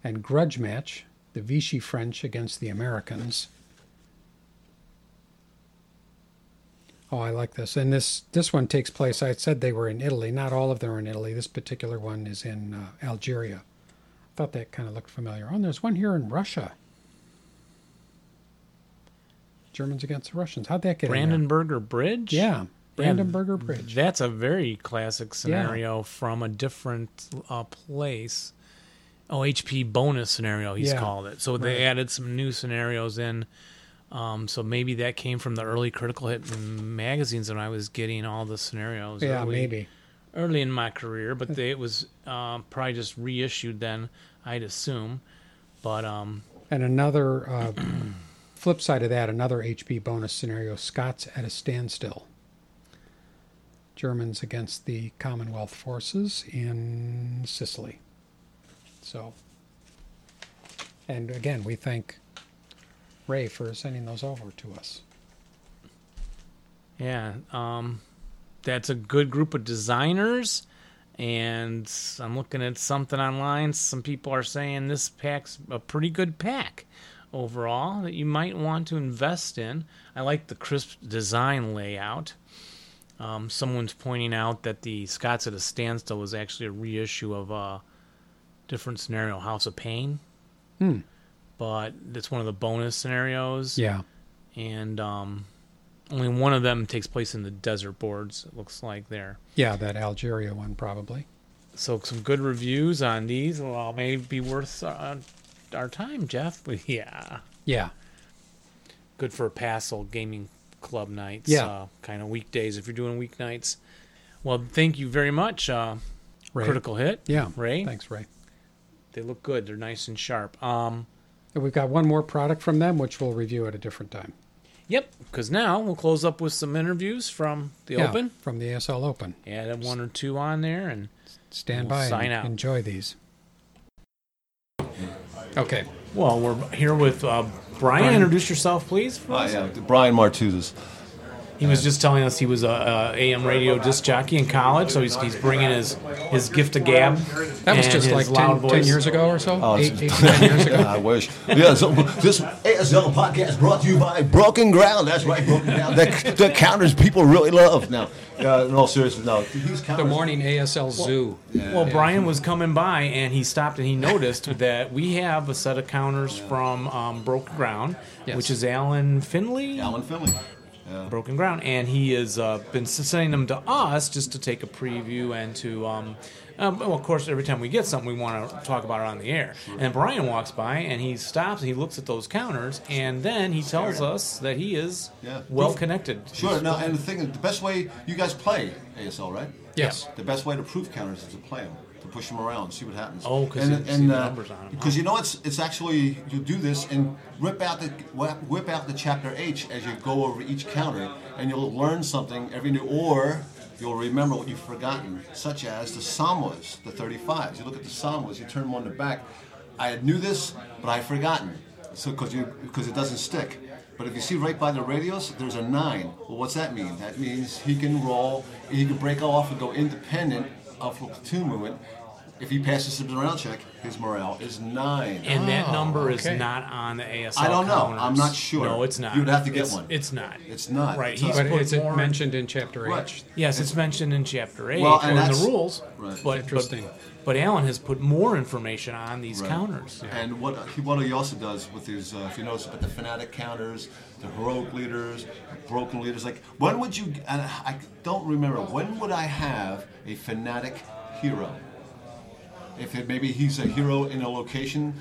[SPEAKER 1] And Grudge Match. The Vichy French against the Americans. Oh, I like this. And this this one takes place. I said they were in Italy. Not all of them are in Italy. This particular one is in uh, Algeria. Thought that kind of looked familiar. Oh, and there's one here in Russia. Germans against the Russians. How'd that get in
[SPEAKER 2] Brandenburger Bridge?
[SPEAKER 1] there? Yeah,
[SPEAKER 2] Yeah,
[SPEAKER 1] Brandenburger Bridge.
[SPEAKER 2] That's a very classic scenario from a different uh, place. Oh, HP bonus scenario, he's
[SPEAKER 1] Yeah,
[SPEAKER 2] called it. So they added some new scenarios in. Um, so maybe that came from the early critical hit magazines when I was getting all the scenarios.
[SPEAKER 1] Yeah,
[SPEAKER 2] early,
[SPEAKER 1] maybe.
[SPEAKER 2] Early in my career, but they, it was uh, probably just reissued then, I'd assume. But um,
[SPEAKER 1] And another uh, flip side of that, another HP bonus scenario Scots at a standstill. Germans against the Commonwealth forces in Sicily. So, and again, we thank Ray for sending those over to us.
[SPEAKER 2] Yeah, um, that's a good group of designers, and I'm looking at something online. Some people are saying this pack's a pretty good pack overall that you might want to invest in. I like the crisp design layout. Um, someone's pointing out that the Scots at a Standstill was actually a reissue of a different scenario, House of Pain.
[SPEAKER 1] Hmm.
[SPEAKER 2] But that's one of the bonus scenarios
[SPEAKER 1] Yeah.
[SPEAKER 2] and um, only one of them takes place in the desert boards. It looks like there.
[SPEAKER 1] Yeah, that Algeria one probably.
[SPEAKER 2] So some good reviews on these. Well, may be worth uh, our time, Jeff. But yeah,
[SPEAKER 1] Yeah.
[SPEAKER 2] good for a Passel Gaming Club nights.
[SPEAKER 1] Yeah.
[SPEAKER 2] uh, kind of weekdays if you're doing weeknights. Well, thank you very much. Uh,
[SPEAKER 1] Ray.
[SPEAKER 2] Critical hit.
[SPEAKER 1] Yeah.
[SPEAKER 2] Ray.
[SPEAKER 1] Thanks, Ray.
[SPEAKER 2] They look good. They're nice and sharp. Um,
[SPEAKER 1] And we've got one more product from them, which we'll review at a different time.
[SPEAKER 2] yep. Because now we'll close up with some interviews from the
[SPEAKER 1] Yeah,
[SPEAKER 2] open.
[SPEAKER 1] From the ASL Open.
[SPEAKER 2] Add one or two on there, and
[SPEAKER 1] Stand
[SPEAKER 2] We'll
[SPEAKER 1] by
[SPEAKER 2] sign
[SPEAKER 1] and
[SPEAKER 2] out.
[SPEAKER 1] enjoy these. Okay.
[SPEAKER 2] Well, we're here with uh, Brian. Introduce yourself, please.
[SPEAKER 4] Hi, uh, Brian Martuzes.
[SPEAKER 2] He was just telling us he was a, a AM radio disc jockey in college, so he's, he's bringing his, his gift to gab.
[SPEAKER 1] That was
[SPEAKER 2] and
[SPEAKER 1] just
[SPEAKER 2] his
[SPEAKER 1] like 10, 10
[SPEAKER 2] loud voice.
[SPEAKER 1] years ago or so.
[SPEAKER 4] Oh,
[SPEAKER 1] Eight-
[SPEAKER 4] it's-
[SPEAKER 1] eight, nine years ago.
[SPEAKER 4] I wish. Yeah, so this ASL podcast brought to you by Broken Ground. That's right, Broken Ground. The, the counters people really love. Now, uh, in all seriousness, no. These counters,
[SPEAKER 1] The morning ASL Zoo.
[SPEAKER 2] Well, Brian was coming by and he stopped and he noticed that we have a set of counters from um, Broken Ground,
[SPEAKER 1] Yes.
[SPEAKER 2] which is Alan Finley.
[SPEAKER 4] Alan Finley.
[SPEAKER 2] Broken Ground, and he has uh, been sending them to us just to take a preview and to. Um, um, well, of course, every time we get something, we want to talk about it on the air. And Brian walks by and he stops and he looks at those counters, and then he tells us that he is
[SPEAKER 4] Yeah.
[SPEAKER 2] well connected.
[SPEAKER 4] Sure. No, and the thing is, the best way you guys play ASL, right?
[SPEAKER 1] Yes.
[SPEAKER 4] The best way to prove counters is to play them, to push them around, see what happens.
[SPEAKER 2] Oh, 'cause
[SPEAKER 4] And-
[SPEAKER 2] you see
[SPEAKER 4] and,
[SPEAKER 2] the
[SPEAKER 4] uh,
[SPEAKER 2] numbers on 'em, huh?
[SPEAKER 4] Because you know it's it's actually you do this and rip out the wha- whip out the chapter H as you go over each counter, and you'll learn something every new or. You'll remember what you've forgotten, such as the Samwas, the 35s. You look at the Samwas, you turn them on the back. I knew this, but I forgotten. So because you because it doesn't stick. But if you see right by the radios, there's a nine. Well, what's that mean? That means he can roll, he can break off and go independent of the platoon movement. If he passes the morale check, his morale is nine.
[SPEAKER 2] And that number
[SPEAKER 1] okay.
[SPEAKER 2] is not on the ASL.
[SPEAKER 4] Ah, I don't know.
[SPEAKER 2] counters.
[SPEAKER 4] I'm not sure.
[SPEAKER 2] No, it's not.
[SPEAKER 4] You'd have to get
[SPEAKER 2] It's-
[SPEAKER 4] one.
[SPEAKER 2] It's not.
[SPEAKER 4] It's not.
[SPEAKER 2] Right.
[SPEAKER 4] It's
[SPEAKER 2] He's
[SPEAKER 4] not.
[SPEAKER 1] But
[SPEAKER 2] put
[SPEAKER 1] is it
[SPEAKER 2] more-
[SPEAKER 1] mentioned in Chapter H?
[SPEAKER 4] Right.
[SPEAKER 2] Yes, it's mentioned in Chapter 8
[SPEAKER 4] Well,
[SPEAKER 2] well,
[SPEAKER 4] and
[SPEAKER 2] in the
[SPEAKER 4] that's-
[SPEAKER 2] rules.
[SPEAKER 4] Right.
[SPEAKER 2] But, but-
[SPEAKER 1] Interesting.
[SPEAKER 2] But, Alan has put more information on these
[SPEAKER 4] Right.
[SPEAKER 2] counters.
[SPEAKER 4] And what he, what he also does with his, uh, if you notice, but the fanatic counters, the heroic leaders, broken leaders. Like when would you? And I don't remember when would I have a fanatic hero? If it, maybe he's a hero in a location,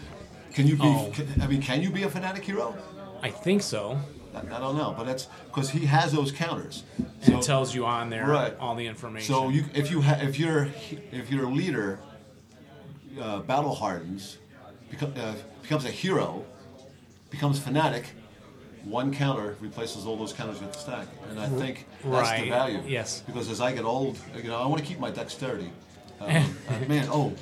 [SPEAKER 4] can you be?
[SPEAKER 2] Oh.
[SPEAKER 4] Can, I mean, can you be a fanatic hero?
[SPEAKER 2] I think so.
[SPEAKER 4] I, I don't know, but that's because he has those counters.
[SPEAKER 2] And it tells you on there
[SPEAKER 4] Right.
[SPEAKER 2] all the information.
[SPEAKER 4] So you, if you ha- if your if your leader uh, battle hardens, become, uh, becomes a hero, becomes fanatic, one counter replaces all those counters with the stack, and I think that's the
[SPEAKER 2] Right,
[SPEAKER 4] value.
[SPEAKER 2] yes.
[SPEAKER 4] Because as I get old, you know, I want to keep my dexterity. Um, uh, man, oh,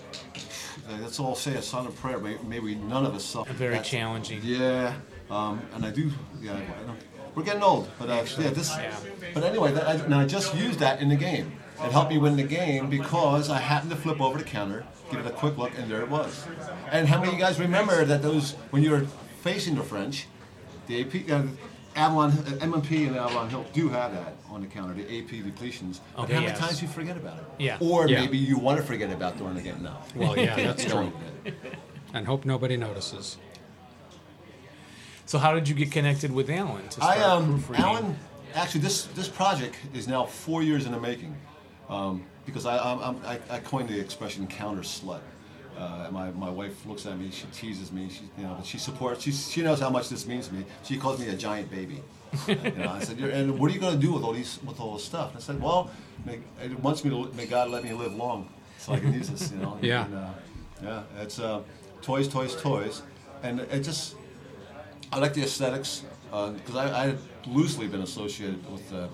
[SPEAKER 4] let's all say a sign of prayer. May, may we none of us suffer.
[SPEAKER 2] Very
[SPEAKER 4] That's-
[SPEAKER 2] challenging.
[SPEAKER 4] yeah, um, and I do. Yeah, I, I don't, we're getting old, but uh, yeah, this.
[SPEAKER 2] Yeah.
[SPEAKER 4] But anyway, that, I, and I just used that in the game. It helped me win the game because I happened to flip over the counter, give it a quick look, and there it was. And how many of you guys remember that those when you're facing the French, the AP, uh, Avalon, uh, MMP, and Avalon Hill do have that on the counter, the AP depletions. But
[SPEAKER 2] Okay,
[SPEAKER 4] how many
[SPEAKER 2] yes.
[SPEAKER 4] times you forget about it?
[SPEAKER 2] Yeah.
[SPEAKER 4] Or
[SPEAKER 1] Yeah.
[SPEAKER 4] maybe you want to forget about during the game now.
[SPEAKER 1] Well, yeah, that's
[SPEAKER 4] You
[SPEAKER 1] true.
[SPEAKER 4] don't.
[SPEAKER 1] And hope nobody notices.
[SPEAKER 2] So how did you get connected with Alan? To start
[SPEAKER 4] I um,
[SPEAKER 2] proofreading?
[SPEAKER 4] Alan, actually, this this project is now four years in the making, um, because I, I'm, I'm- I I coined the expression counter slut. Uh, my, my wife looks at me, she teases me, she you know, but she supports, she she knows how much this means to me. She calls me a giant baby. you know, I said, You're, and what are you going to do with all these with all this stuff? And I said, well, may, it wants me to may God let me live long so I can use this, you know.
[SPEAKER 1] Yeah.
[SPEAKER 4] And, uh, yeah, it's uh, toys, toys, toys, and it just I like the aesthetics because I, I had loosely been associated with uh,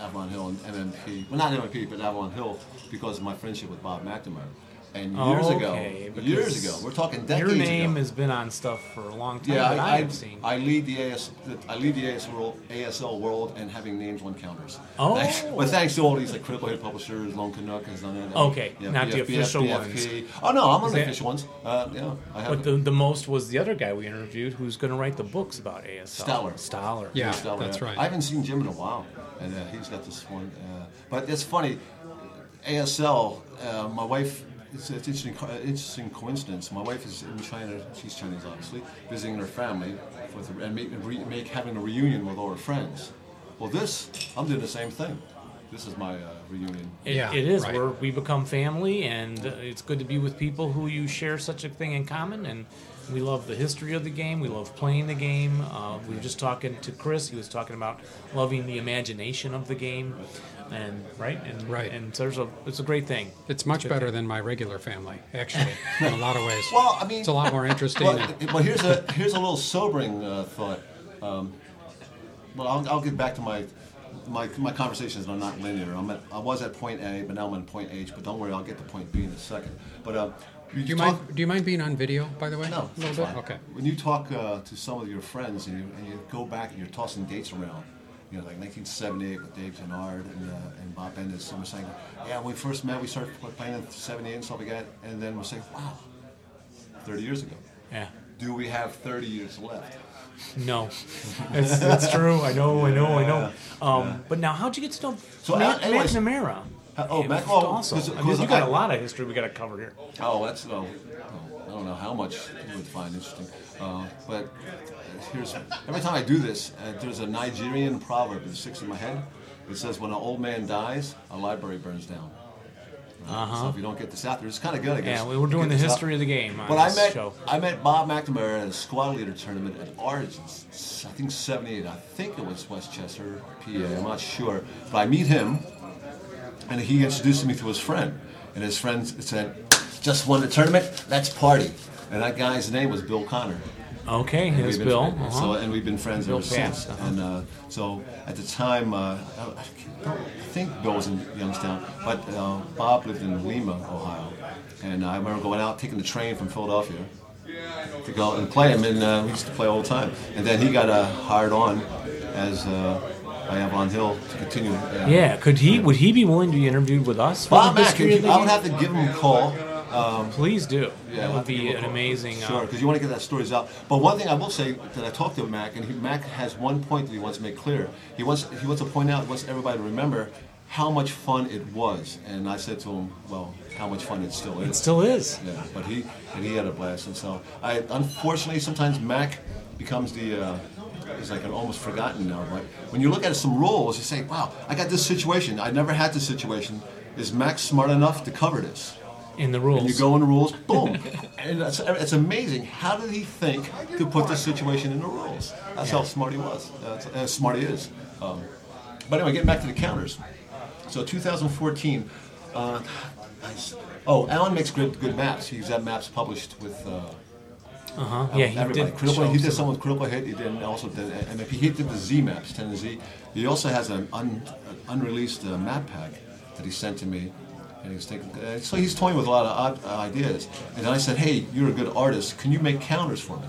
[SPEAKER 4] Avalon Hill and MMP. Well, not MMP, but Avalon Hill because of my friendship with Bob McNamara. And years
[SPEAKER 2] Okay,
[SPEAKER 4] ago,
[SPEAKER 2] because
[SPEAKER 4] years ago, we're talking decades
[SPEAKER 2] Your name
[SPEAKER 4] ago.
[SPEAKER 2] has been on stuff for a long time
[SPEAKER 4] yeah,
[SPEAKER 2] that I,
[SPEAKER 4] I,
[SPEAKER 2] have seen.
[SPEAKER 4] I, I lead the AS, I lead the AS world, ASL world, and having names on counters.
[SPEAKER 2] Oh.
[SPEAKER 4] Thanks, but thanks to all these like critical hit publishers, Lone Canuck has done it.
[SPEAKER 2] Okay,
[SPEAKER 4] yeah,
[SPEAKER 2] not the official
[SPEAKER 4] Oh no, I'm on the
[SPEAKER 2] that-
[SPEAKER 4] official ones. Uh, yeah, I have.
[SPEAKER 2] but the, the most was the other guy we interviewed who's going to write the books about ASL.
[SPEAKER 4] Stoller.
[SPEAKER 2] Stoller.
[SPEAKER 1] Yeah.
[SPEAKER 4] He's down
[SPEAKER 1] that's
[SPEAKER 4] there.
[SPEAKER 1] right.
[SPEAKER 4] I haven't seen Jim in a while, and uh, he's got this one. Uh, but it's funny, ASL. Uh, my wife. It's, it's interesting. co- uh, Interesting coincidence. My wife is in China. She's Chinese, obviously, visiting her family, with, and make, and re, make having a reunion with all her friends. Well, this I'm doing the same thing. This is my uh, reunion.
[SPEAKER 2] It,
[SPEAKER 1] Yeah,
[SPEAKER 2] it is.
[SPEAKER 1] right.
[SPEAKER 2] We're, we become family, and uh, it's good to be with people who you share such a thing in common. And we love the history of the game. We love playing the game. Uh, we were just talking to Chris. He was talking about loving the imagination of the game, and right and
[SPEAKER 1] Right.
[SPEAKER 2] And so there's a it's a great thing.
[SPEAKER 1] It's much better than my regular family, actually, in a lot of ways.
[SPEAKER 4] Well, I mean,
[SPEAKER 1] it's a lot more interesting.
[SPEAKER 4] Well, well, here's a here's a little sobering uh, thought. Um, well, I'll, I'll get back to my my my conversations are not linear. I'm at, I was at point A, but now I'm in point H. But don't worry, I'll get to point B in a second. But um,
[SPEAKER 1] do you mind? Do you mind being on video, by the way? a
[SPEAKER 4] No,
[SPEAKER 1] little
[SPEAKER 4] it's
[SPEAKER 1] bit.
[SPEAKER 4] fine.
[SPEAKER 1] Okay.
[SPEAKER 4] When you talk uh, to some of your friends and you, and you go back and you're tossing dates around, you know, like 1978 with Dave Denard and, uh, and Bob Bendis. And we're saying, yeah, when we first met, we started playing in 78 and stuff like that. And then we're saying, wow, 30 years ago.
[SPEAKER 2] Yeah.
[SPEAKER 4] Do we have 30 years left?
[SPEAKER 2] No, that's, that's true. I know, I know, I know. Um, But now, how'd you get to know
[SPEAKER 4] So,
[SPEAKER 2] Matt,
[SPEAKER 4] uh,
[SPEAKER 2] Matt
[SPEAKER 4] anyways-
[SPEAKER 2] Namera?
[SPEAKER 4] Uh, oh,
[SPEAKER 2] It
[SPEAKER 4] Matt-
[SPEAKER 2] was
[SPEAKER 4] oh,
[SPEAKER 2] awesome.
[SPEAKER 4] 'cause-
[SPEAKER 2] I mean,
[SPEAKER 4] 'cause
[SPEAKER 2] you got
[SPEAKER 4] I-
[SPEAKER 2] a lot of history we got to cover here.
[SPEAKER 4] Oh, that's well. I don't know how much you would find interesting, uh, but here's every time I do this, uh, there's a Nigerian proverb that sticks in my head. It says, "When an old man dies, a library burns down." Uh-huh. So if you don't get this out there, it's kind of good, I guess.
[SPEAKER 2] Yeah, we were doing the
[SPEAKER 4] Get this out.
[SPEAKER 2] history of the game on
[SPEAKER 4] But I
[SPEAKER 2] this
[SPEAKER 4] met
[SPEAKER 2] show.
[SPEAKER 4] I met Bob McNamara at a squad leader tournament at Origins, I think '78. I think it was Westchester, PA. I'm not sure, but I meet him, and he introduced me to his friend, and his friend said, "Just won the tournament. Let's party." And that guy's name was Bill Connor.
[SPEAKER 2] Okay,
[SPEAKER 4] We've
[SPEAKER 2] here's
[SPEAKER 4] been
[SPEAKER 2] Bill.
[SPEAKER 4] friends.
[SPEAKER 2] Uh-huh.
[SPEAKER 4] So, and we've been friends
[SPEAKER 2] Bill
[SPEAKER 4] ever
[SPEAKER 2] Pass,
[SPEAKER 4] since.
[SPEAKER 2] uh-huh.
[SPEAKER 4] And uh, so at the time, uh, I I can't- I think Bill was in Youngstown, but uh, Bob lived in Lima, Ohio. And I remember going out, taking the train from Philadelphia to go and play him, and uh, we used to play all the time. And then he got uh, hired on as uh, by Avalon Hill to continue.
[SPEAKER 2] yeah, could he? Would he be willing to be interviewed with us? for
[SPEAKER 4] Bob
[SPEAKER 2] the
[SPEAKER 4] Mack,
[SPEAKER 2] history of the
[SPEAKER 4] I would
[SPEAKER 2] game?
[SPEAKER 4] have to give him a call.
[SPEAKER 2] Please do.
[SPEAKER 4] Yeah,
[SPEAKER 2] that
[SPEAKER 4] I'll
[SPEAKER 2] would
[SPEAKER 4] give
[SPEAKER 2] be
[SPEAKER 4] him a
[SPEAKER 2] an
[SPEAKER 4] call.
[SPEAKER 2] amazing.
[SPEAKER 4] Sure,
[SPEAKER 2] Uh,
[SPEAKER 4] because you want to get that stories out. But one thing I will say that I talked to Mac, and he, Mac has one point that he wants to make clear. He wants he wants to point out, wants everybody to remember how much fun it was. And I said to him, well, how much fun it still is.
[SPEAKER 2] it still is.
[SPEAKER 4] yeah, but he and he had a blast. And so I unfortunately sometimes Mac becomes the. Uh, He's like an almost forgotten now, but when you look at some rules, you say, "Wow, I got this situation. I never had this situation. Is Mac smart enough to cover this?"
[SPEAKER 2] in the rules.
[SPEAKER 4] And you go in the rules, boom. and it's, it's amazing. How did he think to put this situation in the rules? That's how smart he was. That's uh, smart he is. Um, but anyway, getting back to the counters. So 2014. Uh, I s- oh, Alan makes good, good maps. He's had maps published with. Uh,
[SPEAKER 2] uh-huh. Yeah, he
[SPEAKER 4] everybody.
[SPEAKER 2] did.
[SPEAKER 4] Critical,
[SPEAKER 2] show
[SPEAKER 4] he
[SPEAKER 2] some-
[SPEAKER 4] did some with Critical Hit. He did and also did MFP. He did the Z maps, 10 and Z. He also has an un, unreleased uh, map pack that he sent to me. And he was thinking, uh, so he's toying with a lot of odd uh, ideas. And then I said, hey, you're a good artist. Can you make counters for me?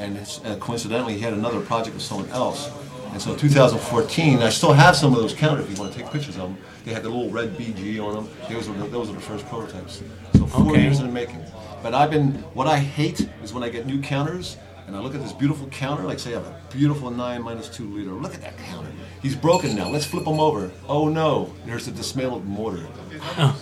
[SPEAKER 4] And it's, uh, coincidentally, he had another project with someone else. And so 2014, I still have some of those counters if you want to take pictures of them. They had the little red BG on them. Those were the, those were the first prototypes. So four
[SPEAKER 2] Okay.
[SPEAKER 4] years in the making. But I've been what I hate is when I get new counters and I look at this beautiful counter, like say I have a beautiful nine minus two liter. Look at that counter. He's broken now. Let's flip him over. Oh no, there's a dismantled mortar. I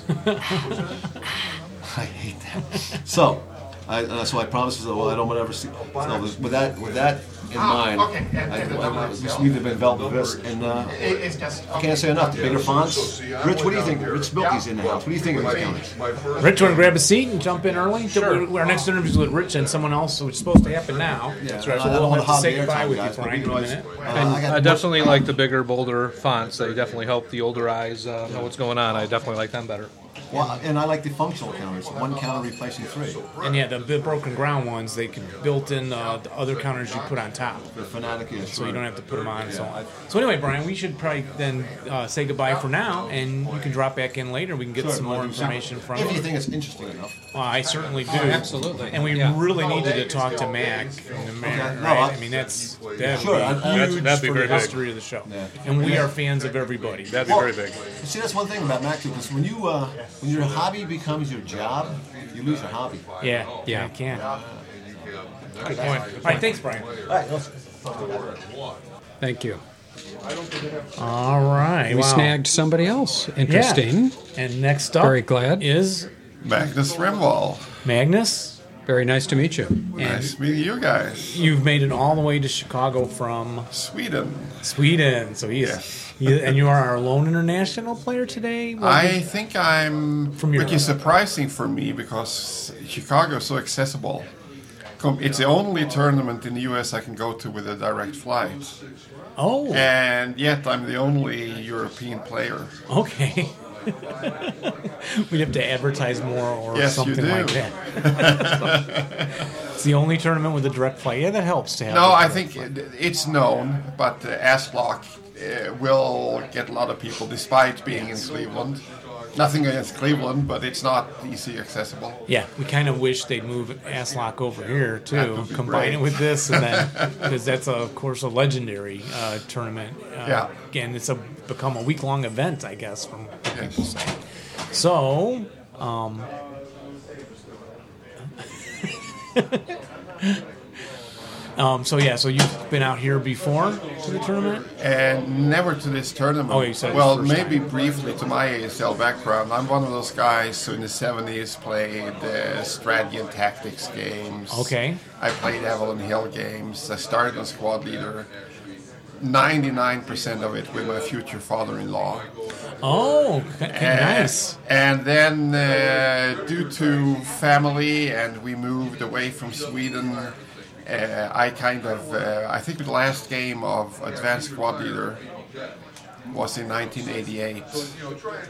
[SPEAKER 4] hate that. So, I, uh, so I promised that well, I don't want to ever see. So with with that, with that in mind,
[SPEAKER 5] Ah, okay, yeah,
[SPEAKER 4] I,
[SPEAKER 5] yeah, that
[SPEAKER 4] I, I
[SPEAKER 5] works.
[SPEAKER 4] just need to envelop this. And uh,
[SPEAKER 5] It- It's just.
[SPEAKER 4] I
[SPEAKER 5] okay.
[SPEAKER 4] can't say enough. The bigger fonts.
[SPEAKER 6] so see, I
[SPEAKER 4] Rich, what
[SPEAKER 6] went
[SPEAKER 4] do you
[SPEAKER 6] down
[SPEAKER 4] think?
[SPEAKER 6] there.
[SPEAKER 4] Rich Spilkey's in the
[SPEAKER 6] Well,
[SPEAKER 4] house. What do you think of
[SPEAKER 6] my-
[SPEAKER 4] these counters?
[SPEAKER 6] my first-
[SPEAKER 2] Rich, want to grab a seat and jump in early?
[SPEAKER 6] Sure.
[SPEAKER 2] Our next interview is with Rich and someone else, which is supposed to happen now.
[SPEAKER 4] Yeah,
[SPEAKER 2] so
[SPEAKER 4] I- I don't
[SPEAKER 2] we'll
[SPEAKER 4] wanna
[SPEAKER 2] have to
[SPEAKER 4] hog
[SPEAKER 2] say
[SPEAKER 4] the airtime,
[SPEAKER 2] goodbye with you,
[SPEAKER 4] guys, but we
[SPEAKER 2] Frank, in
[SPEAKER 4] can
[SPEAKER 2] a
[SPEAKER 4] always-
[SPEAKER 2] minute.
[SPEAKER 4] Uh, I got
[SPEAKER 7] I
[SPEAKER 4] more-
[SPEAKER 7] definitely like the bigger, bolder fonts. They definitely help the older eyes uh, know what's going on. I definitely like them better.
[SPEAKER 4] Well, and I like the functional counters. One counter replacing three.
[SPEAKER 2] And yeah, the bi- broken ground ones, they could built in uh, the other counters you put on top.
[SPEAKER 4] The fanatic is.
[SPEAKER 2] So you don't have to put them on and so on. So anyway, Brian, we should probably then uh, say goodbye for now, and you can drop back in later. We can get some more information from.
[SPEAKER 4] If you think Oh, it's interesting enough.
[SPEAKER 2] Well, I certainly do.
[SPEAKER 7] absolutely.
[SPEAKER 2] And we
[SPEAKER 7] Yeah.
[SPEAKER 2] really needed
[SPEAKER 4] Oh,
[SPEAKER 2] to talk to Mac, and the mayor,
[SPEAKER 4] Okay. No,
[SPEAKER 2] right?
[SPEAKER 4] I-
[SPEAKER 2] I mean, that's that
[SPEAKER 4] Sure, I-
[SPEAKER 2] would be
[SPEAKER 4] That's-
[SPEAKER 2] huge
[SPEAKER 7] that'd be
[SPEAKER 2] for the
[SPEAKER 7] very big.
[SPEAKER 2] history of the show.
[SPEAKER 4] Yeah.
[SPEAKER 2] And we are fans of everybody.
[SPEAKER 7] That'd be
[SPEAKER 4] Well,
[SPEAKER 7] very big.
[SPEAKER 4] See, that's one thing about Mac because when you uh, when your hobby becomes your job, you lose your hobby.
[SPEAKER 2] yeah, yeah, I can. All
[SPEAKER 7] Good point.
[SPEAKER 2] right, thanks, Brian.
[SPEAKER 1] Thank you.
[SPEAKER 2] All right,
[SPEAKER 1] We
[SPEAKER 2] wow.
[SPEAKER 1] snagged somebody else.
[SPEAKER 2] Yeah.
[SPEAKER 1] Interesting.
[SPEAKER 2] And next up,
[SPEAKER 1] Very glad.
[SPEAKER 2] is
[SPEAKER 6] Magnus Rimwall.
[SPEAKER 2] Magnus.
[SPEAKER 1] Very nice to meet you.
[SPEAKER 6] Nice meeting you guys.
[SPEAKER 2] You've made it all the way to Chicago from
[SPEAKER 6] Sweden.
[SPEAKER 2] Sweden, so he is.
[SPEAKER 6] Yes.
[SPEAKER 2] he- and you are our lone international player today. Well,
[SPEAKER 6] I think I'm,
[SPEAKER 2] From
[SPEAKER 6] which
[SPEAKER 2] Europe.
[SPEAKER 6] is surprising for me because Chicago is so accessible. Com- It's the only tournament in the U.S. I can go to with a direct flight,
[SPEAKER 2] oh,
[SPEAKER 6] and yet I'm the only European player.
[SPEAKER 2] okay. We'd have to advertise more or
[SPEAKER 6] Yes, you
[SPEAKER 2] something
[SPEAKER 6] do.
[SPEAKER 2] like that. it's the only tournament with a direct flight. Yeah, that helps to have. a
[SPEAKER 6] No, I
[SPEAKER 2] direct
[SPEAKER 6] think
[SPEAKER 2] flight.
[SPEAKER 6] it- it's known, but uh, Aslock uh, will get a lot of people despite being in Cleveland. Nothing against Cleveland, but it's not easy accessible.
[SPEAKER 2] Yeah, we kind of wish they'd move Aslock over here
[SPEAKER 6] That
[SPEAKER 2] too,
[SPEAKER 6] would be
[SPEAKER 2] combine it
[SPEAKER 6] great.
[SPEAKER 2] with this, and then because that's of course a legendary uh, tournament. Uh,
[SPEAKER 6] Yeah.
[SPEAKER 2] and it's a become a week long event, I guess. From
[SPEAKER 6] Yes.
[SPEAKER 2] so, um, um, so yeah, so you've been out here before to the tournament.
[SPEAKER 6] and never to this tournament.
[SPEAKER 2] Oh, you said it's
[SPEAKER 6] well,
[SPEAKER 2] first time.
[SPEAKER 6] maybe briefly to my ASL background. I'm one of those guys who in the 70s played uh, Stradian tactics games.
[SPEAKER 2] Okay.
[SPEAKER 6] I played Avalon Hill games. I started as squad leader. 99% of it with my future father-in-law.
[SPEAKER 2] Oh, okay, nice.
[SPEAKER 6] And then, uh, due to family, and we moved away from Sweden. Uh, I kind of, uh, I think the last game of Advanced Squad Leader was in 1988.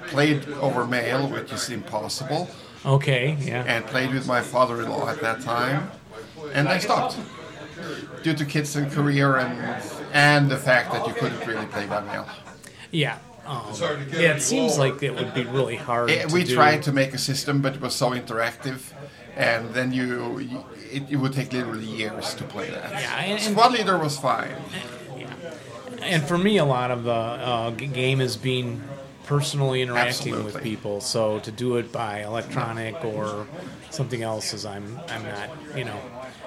[SPEAKER 6] Played over mail, which is impossible,
[SPEAKER 2] Okay, yeah.
[SPEAKER 6] and played with my father-in-law at that time, and I stopped due to kids and career and and the fact that you couldn't really play by mail.
[SPEAKER 2] Yeah. Um, yeah, it seems like it would be really hard.
[SPEAKER 6] Eh,
[SPEAKER 2] to
[SPEAKER 6] we
[SPEAKER 2] do.
[SPEAKER 6] tried to make a system, but it was so interactive, and then you, you it, it would take literally years to play that.
[SPEAKER 2] Yeah, and- and-
[SPEAKER 6] Squad leader was fine.
[SPEAKER 2] And for me, a lot of the uh, g- game is being personally interacting with
[SPEAKER 6] Absolutely.
[SPEAKER 2] people. So to do it by electronic or something else is I'm I'm not you know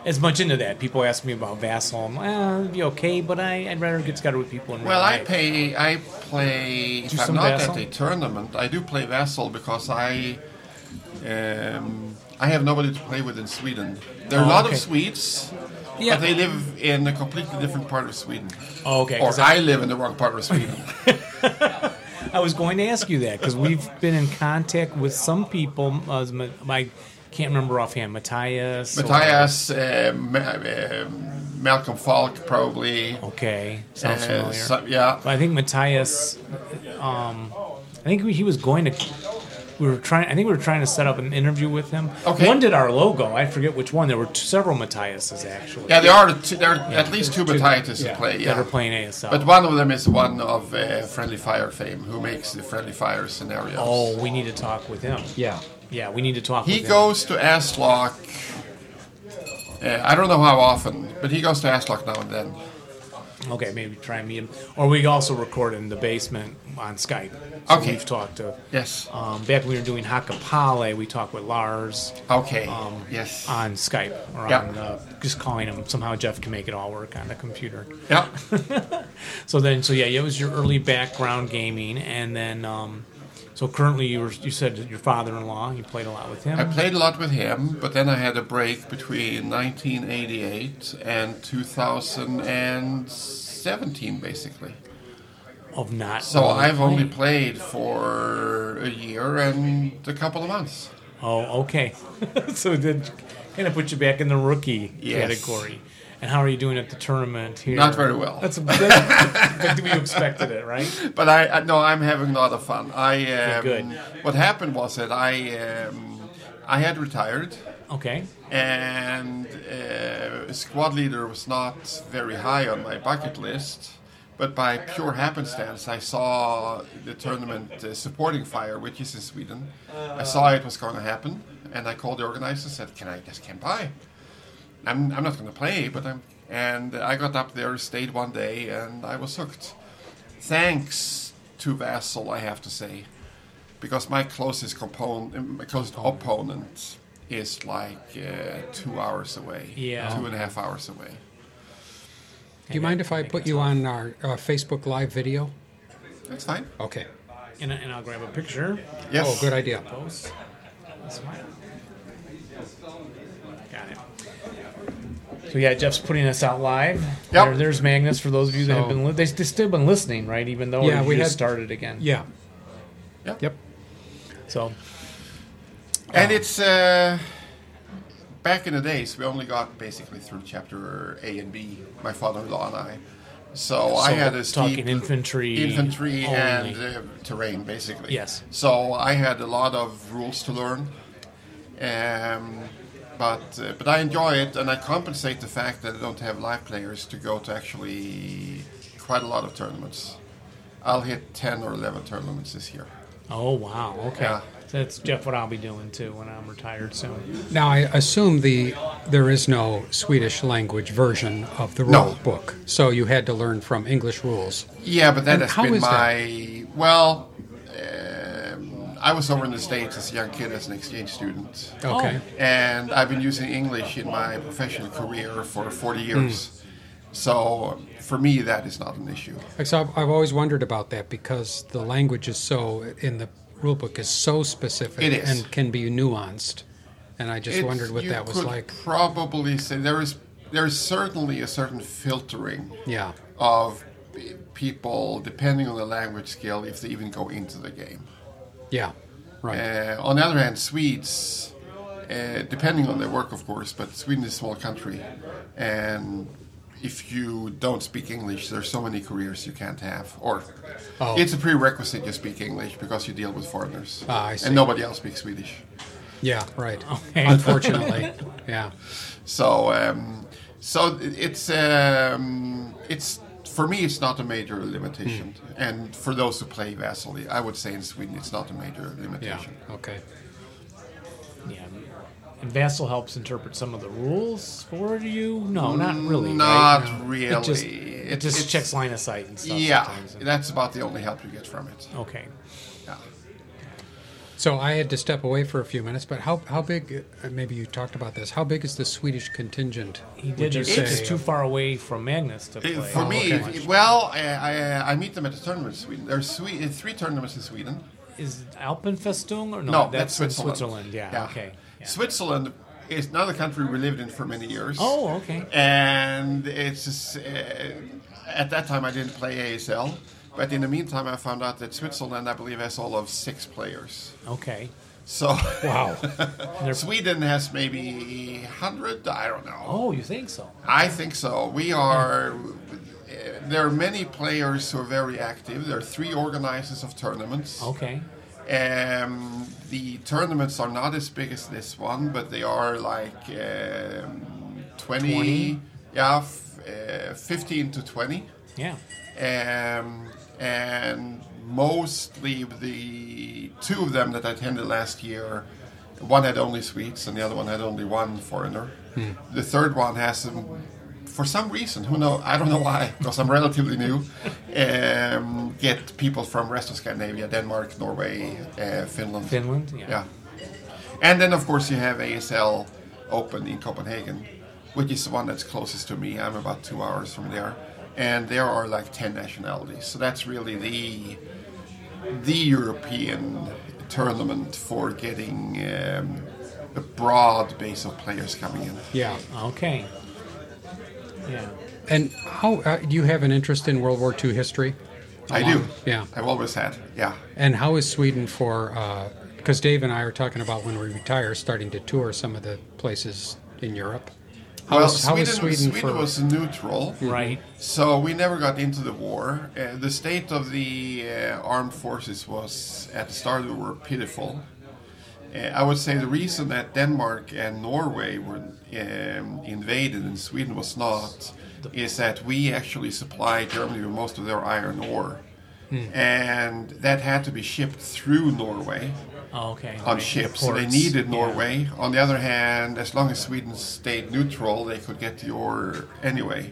[SPEAKER 2] as much into that. People ask me about Vassal. I'm eh, it'd be okay, but I I'd rather get together with people. In
[SPEAKER 6] Well,
[SPEAKER 2] real
[SPEAKER 6] I
[SPEAKER 2] life.
[SPEAKER 6] pay. I play.
[SPEAKER 2] Do
[SPEAKER 6] If I'm
[SPEAKER 2] some
[SPEAKER 6] not
[SPEAKER 2] Vassal?
[SPEAKER 6] at a tournament, I do play Vassal because I, um, I have nobody to play with in Sweden. There are a
[SPEAKER 2] Oh,
[SPEAKER 6] lot
[SPEAKER 2] okay.
[SPEAKER 6] of Swedes.
[SPEAKER 2] Yeah.
[SPEAKER 6] But they live in a completely different part of Sweden.
[SPEAKER 2] Oh, okay,
[SPEAKER 6] Or
[SPEAKER 2] 'cause
[SPEAKER 6] I live in the wrong part of Sweden.
[SPEAKER 2] I was going to ask you that because we've been in contact with some people. Uh, my, my can't remember offhand. Matthias. or-
[SPEAKER 6] Matthias, uh, Ma- uh, Malcolm Falk, probably.
[SPEAKER 2] Okay, sounds
[SPEAKER 6] Uh,
[SPEAKER 2] familiar.
[SPEAKER 6] so- yeah.
[SPEAKER 2] But I think Matthias, um, I think he was going to. We were trying. I think we were trying to set up an interview with him.
[SPEAKER 6] Okay.
[SPEAKER 2] One did our logo. I forget which one. There were t- several Matthiases actually.
[SPEAKER 6] Yeah, there are two, there are at least two Batitis
[SPEAKER 2] Yeah,
[SPEAKER 6] to play.
[SPEAKER 2] that
[SPEAKER 6] Yeah.
[SPEAKER 2] are playing ASL.
[SPEAKER 6] But one of them is one of uh, Friendly Fire fame, who makes the Friendly Fire scenarios.
[SPEAKER 2] oh, we need to talk with him.
[SPEAKER 1] Yeah.
[SPEAKER 2] Yeah, we need to talk.
[SPEAKER 6] He
[SPEAKER 2] with
[SPEAKER 6] goes to Aslock. Uh, I don't know how often, but he goes to Aslock now and then.
[SPEAKER 2] Him. Okay, maybe try and meet him. Or we also record in the basement on Skype. So
[SPEAKER 6] Okay.
[SPEAKER 2] We've talked to.
[SPEAKER 6] Yes.
[SPEAKER 2] Um, back when we were doing Hakapale, we talked with Lars.
[SPEAKER 6] Okay.
[SPEAKER 2] um,
[SPEAKER 6] yes.
[SPEAKER 2] on Skype or
[SPEAKER 6] Yeah.
[SPEAKER 2] on uh, just calling him. Somehow Jeff can make it all work on the computer.
[SPEAKER 6] yeah.
[SPEAKER 2] So then, so yeah, it was your early background gaming, and then um, so currently you were you said that your father-in-law you played a lot with him.
[SPEAKER 6] I played a lot with him, but then I had a break between 1988 and 2017, basically.
[SPEAKER 2] of not
[SPEAKER 6] So
[SPEAKER 2] really
[SPEAKER 6] I've only
[SPEAKER 2] playing.
[SPEAKER 6] played for a year and a couple of months.
[SPEAKER 2] oh okay, so that kind of put you back in the rookie
[SPEAKER 6] Yes.
[SPEAKER 2] category. And how are you doing at the tournament here?
[SPEAKER 6] Not very well.
[SPEAKER 2] That's that's- but we expected it, right?
[SPEAKER 6] But I I- no, I'm having a lot of fun. I um,
[SPEAKER 2] good.
[SPEAKER 6] What happened was that I um, I had retired
[SPEAKER 2] Okay.
[SPEAKER 6] and uh, squad leader was not very high on my bucket list. But by pure happenstance, I saw the tournament uh, supporting Fire, which is in Sweden. I saw it was going to happen, and I called the organizer and said, "Can I just come by?" I'm, I'm not going to play, but I'm. And I got up there, stayed one day, and I was hooked. Thanks to Vassal, I have to say, because my closest component, uh, my closest opponent, is like uh, two hours away.
[SPEAKER 2] Yeah.
[SPEAKER 6] Two and a half hours away.
[SPEAKER 1] Do you mind if I put you on our uh, Facebook Live video?
[SPEAKER 6] That's fine.
[SPEAKER 1] Okay.
[SPEAKER 2] And, I- and I'll grab a picture.
[SPEAKER 6] Yes.
[SPEAKER 1] Oh, good idea.
[SPEAKER 2] Post. Smile. Got it. So yeah, Jeff's putting us out live.
[SPEAKER 6] Yep.
[SPEAKER 2] There- there's Magnus for those of you that have been li- they they still been listening, right? Even though
[SPEAKER 1] Yeah,
[SPEAKER 2] we
[SPEAKER 1] we
[SPEAKER 2] just
[SPEAKER 1] had-
[SPEAKER 2] started again.
[SPEAKER 1] Yeah.
[SPEAKER 6] Yeah.
[SPEAKER 1] Yep.
[SPEAKER 2] So Um,
[SPEAKER 6] And it's uh, back in the days we only got basically through chapter A and B. My father-in-law and I. So, I
[SPEAKER 2] So
[SPEAKER 6] had
[SPEAKER 2] we're
[SPEAKER 6] a steep
[SPEAKER 2] talking infantry
[SPEAKER 6] infantry
[SPEAKER 2] only.
[SPEAKER 6] and uh, terrain basically.
[SPEAKER 2] Yes.
[SPEAKER 6] So I had a lot of rules to learn, um, but uh, but I enjoy it and I compensate the fact that I don't have live players to go to actually quite a lot of tournaments. I'll hit ten or eleven tournaments this year.
[SPEAKER 2] Oh wow. Okay.
[SPEAKER 6] Yeah.
[SPEAKER 2] That's Jeff. What I'll be doing too when I'm retired soon.
[SPEAKER 1] Now, I assume the there is no Swedish language version of the rule
[SPEAKER 6] No.
[SPEAKER 1] book, so you had to learn from English rules.
[SPEAKER 6] Yeah, but that
[SPEAKER 1] And
[SPEAKER 6] has
[SPEAKER 1] how
[SPEAKER 6] been
[SPEAKER 1] is that?
[SPEAKER 6] my well. Um, I was over in the states as a young kid as an exchange student,
[SPEAKER 1] Okay.
[SPEAKER 6] and I've been using English in my professional career for 40
[SPEAKER 1] Hmm.
[SPEAKER 6] years. So for me, that is not an issue.
[SPEAKER 1] Like, So I've, I've always wondered about that because the language is so in the rule book is so specific
[SPEAKER 6] It is.
[SPEAKER 1] and can be nuanced, and I just
[SPEAKER 6] It's-
[SPEAKER 1] wondered what
[SPEAKER 6] you
[SPEAKER 1] that was
[SPEAKER 6] could
[SPEAKER 1] like.
[SPEAKER 6] Probably say there is there is certainly a certain filtering
[SPEAKER 1] Yeah.
[SPEAKER 6] of p- people depending on the language skill if they even go into the game.
[SPEAKER 1] Yeah. Right.
[SPEAKER 6] Uh, on the other hand, Swedes, uh, depending on their work, of course, but Sweden is a small country, and if you don't speak English, there's so many careers you can't have. Or
[SPEAKER 1] Oh.
[SPEAKER 6] it's a prerequisite you speak English because you deal with foreigners,
[SPEAKER 1] Ah, I see.
[SPEAKER 6] and nobody else speaks Swedish.
[SPEAKER 1] yeah. Right.
[SPEAKER 2] Okay.
[SPEAKER 1] Unfortunately. yeah.
[SPEAKER 6] So, um, so it's um, it's for me, it's not a major limitation,
[SPEAKER 1] Hmm.
[SPEAKER 6] and for those who play Vasily, I would say in Sweden, it's not a major
[SPEAKER 1] Yeah.
[SPEAKER 6] limitation.
[SPEAKER 1] Okay.
[SPEAKER 2] Yeah. And Vassal helps interpret some of the rules for you. No, not really.
[SPEAKER 6] Not
[SPEAKER 2] right? No.
[SPEAKER 6] really.
[SPEAKER 2] It just,
[SPEAKER 6] It-
[SPEAKER 2] it just
[SPEAKER 6] it's-
[SPEAKER 2] checks line of sight and stuff.
[SPEAKER 6] Yeah,
[SPEAKER 2] sometimes.
[SPEAKER 6] that's about the only help you get from it.
[SPEAKER 2] Okay.
[SPEAKER 6] Yeah.
[SPEAKER 1] So I had to step away for a few minutes, but how how big? uh, Maybe you talked about this. How big is the Swedish contingent?
[SPEAKER 2] He did.
[SPEAKER 1] you
[SPEAKER 2] It's
[SPEAKER 1] say-
[SPEAKER 2] just too far away from Magnus to play.
[SPEAKER 6] Uh, For
[SPEAKER 1] Oh,
[SPEAKER 6] me,
[SPEAKER 1] okay.
[SPEAKER 6] if- well, I, I, I meet them at the tournament in Sweden. There's Swe- uh, three tournaments in Sweden.
[SPEAKER 2] is it Alpenfestung or no?
[SPEAKER 6] No,
[SPEAKER 2] that's,
[SPEAKER 6] that's
[SPEAKER 2] in
[SPEAKER 6] Switzerland.
[SPEAKER 2] Switzerland. Yeah. Okay. Yeah.
[SPEAKER 6] Switzerland is another country we lived in for many years.
[SPEAKER 2] Oh, okay.
[SPEAKER 6] And it's just, uh, at that time I didn't play ASL, but in the meantime I found out that Switzerland, I believe, has all of six players.
[SPEAKER 2] Okay.
[SPEAKER 6] So
[SPEAKER 2] Wow.
[SPEAKER 6] Sweden has maybe hundred. I don't know.
[SPEAKER 2] oh, you think so?
[SPEAKER 6] I think so. We are. There are many players who are very active. There are three organizers of tournaments.
[SPEAKER 2] Okay.
[SPEAKER 6] Um, the tournaments are not as big as this one, but they are like um, 20,
[SPEAKER 2] 20?
[SPEAKER 6] yeah, f- uh, 15 to 20.
[SPEAKER 2] Yeah.
[SPEAKER 6] Um, and mostly the two of them that I attended last year, one had only Swedes and the other one had only one foreigner. The third one has some, for some reason, who know, I don't know why, because I'm relatively new, um, get people from rest of Scandinavia, Denmark, Norway, uh, Finland.
[SPEAKER 2] Finland. Yeah.
[SPEAKER 6] Yeah. And then, of course, you have ASL open in Copenhagen, which is the one that's closest to me. I'm about two hours from there. And there are like 10 nationalities. So that's really the, the European tournament for getting um, a broad base of players coming in.
[SPEAKER 1] Yeah.
[SPEAKER 2] Okay. Yeah.
[SPEAKER 1] And how uh, do you have an interest in World War II history?
[SPEAKER 6] I do.
[SPEAKER 1] Yeah.
[SPEAKER 6] I've always had. Yeah.
[SPEAKER 1] And how is Sweden for? Because Dave and I are talking about when we retire, starting to tour some of the places in Europe. How
[SPEAKER 6] well,
[SPEAKER 1] is- how
[SPEAKER 6] Sweden,
[SPEAKER 1] is Sweden for-
[SPEAKER 6] was neutral.
[SPEAKER 2] Right.
[SPEAKER 6] So we never got into the war. Uh, the state of the uh, armed forces was at the start of the war pitiful. Uh, I would say the reason that Denmark and Norway were um, invaded and Sweden was not is that we actually supplied Germany with most of their iron ore. And that had to be shipped through Norway
[SPEAKER 2] Okay.
[SPEAKER 6] on
[SPEAKER 2] Right.
[SPEAKER 6] ships. So they
[SPEAKER 2] Ports.
[SPEAKER 6] needed
[SPEAKER 2] Yeah.
[SPEAKER 6] Norway. On the other hand, as long as Sweden stayed neutral, they could get the ore anyway.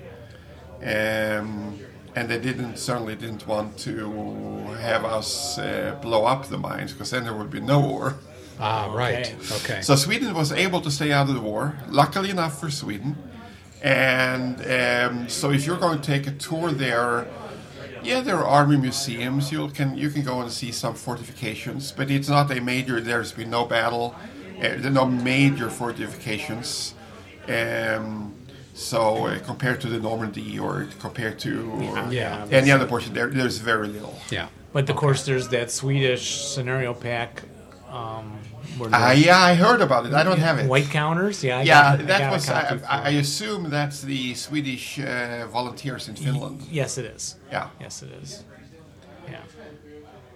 [SPEAKER 6] Um, and they didn't certainly didn't want to have us uh, blow up the mines because then there would be no ore.
[SPEAKER 1] Ah, right. Okay.
[SPEAKER 6] So Sweden was able to stay out of the war, luckily enough for Sweden. And um, so if you're going to take a tour there, yeah, there are army museums. You can you can go and see some fortifications, but it's not a major. There's been no battle. Uh, there are no major fortifications. Um, so uh, compared to the Normandy or compared to uh,
[SPEAKER 1] Yeah.
[SPEAKER 6] any other portion, there, there's very little.
[SPEAKER 1] yeah.
[SPEAKER 2] But of course, there's that Swedish scenario pack. Um, where
[SPEAKER 6] Uh,
[SPEAKER 2] the
[SPEAKER 6] yeah, I heard about it. I don't have it.
[SPEAKER 2] White counters. Yeah. I
[SPEAKER 6] Yeah,
[SPEAKER 2] got- I
[SPEAKER 6] that
[SPEAKER 2] got a
[SPEAKER 6] was.
[SPEAKER 2] copy
[SPEAKER 6] I,
[SPEAKER 2] for-
[SPEAKER 6] I I assume that's the Swedish uh, volunteers in Finland.
[SPEAKER 2] Yes, it is.
[SPEAKER 6] Yeah.
[SPEAKER 2] Yes, it is. Yeah.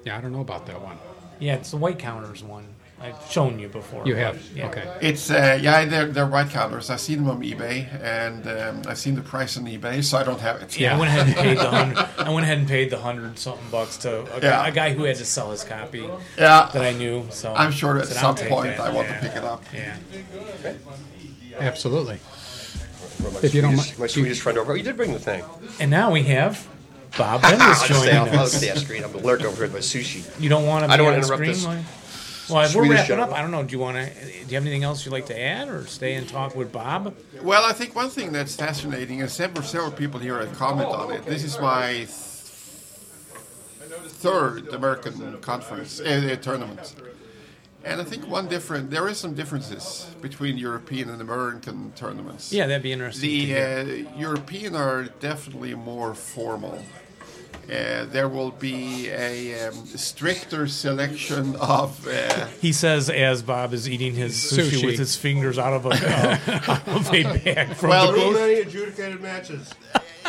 [SPEAKER 1] Yeah. I don't know about that one.
[SPEAKER 2] Yeah, it's the white counters one. I've shown you before.
[SPEAKER 1] You
[SPEAKER 2] but,
[SPEAKER 1] have?
[SPEAKER 2] yeah.
[SPEAKER 1] Okay.
[SPEAKER 6] It's uh, yeah, they're they're white counters. I've seen them on eBay, and um, I've seen the price on eBay, so I don't have it.
[SPEAKER 2] Yeah, I went ahead and paid the hundred. I went ahead and paid the hundred something bucks to a,
[SPEAKER 6] Yeah.
[SPEAKER 2] guy, a guy who had to sell his copy that
[SPEAKER 6] yeah.
[SPEAKER 2] I knew. So
[SPEAKER 6] I'm sure at
[SPEAKER 2] said,
[SPEAKER 6] some
[SPEAKER 2] "I'll take
[SPEAKER 6] point
[SPEAKER 2] that."
[SPEAKER 6] I want
[SPEAKER 2] Yeah.
[SPEAKER 6] to pick it up.
[SPEAKER 2] Yeah.
[SPEAKER 1] Absolutely.
[SPEAKER 5] Or my
[SPEAKER 1] If you don't
[SPEAKER 5] Swedish,
[SPEAKER 1] mi-
[SPEAKER 5] my Swedish friend over. Oh, you did bring the thing.
[SPEAKER 2] And now we have Bob Bendis
[SPEAKER 5] I'll just stay
[SPEAKER 2] joining
[SPEAKER 5] off. I'll just
[SPEAKER 2] us.
[SPEAKER 5] stay off screen. I'm lurk over here with my sushi.
[SPEAKER 2] You don't want to. Be
[SPEAKER 5] I don't
[SPEAKER 2] on
[SPEAKER 5] wanna interrupt
[SPEAKER 2] screen,
[SPEAKER 5] this
[SPEAKER 2] Like? Well, if we're
[SPEAKER 5] Swedish
[SPEAKER 2] wrapping up.
[SPEAKER 5] gentleman.
[SPEAKER 2] I don't know. Do you want to? Do you have anything else you'd like to add, or stay and talk with Bob?
[SPEAKER 6] Well, I think one thing that's fascinating, and several several people here have commented on it. This is my th- third American conference uh, uh, tournament, and I think one different there is some differences between European and American tournaments.
[SPEAKER 2] Yeah, that'd be interesting. to
[SPEAKER 6] The
[SPEAKER 2] hear.
[SPEAKER 6] uh, European are definitely more formal. Uh, there will be a um, stricter selection of. Uh,
[SPEAKER 2] He says as Bob is eating his sushi,
[SPEAKER 1] Sushi.
[SPEAKER 2] with his fingers out of a, uh, out of a bag from
[SPEAKER 6] well,
[SPEAKER 2] the
[SPEAKER 6] e-
[SPEAKER 5] adjudicated matches.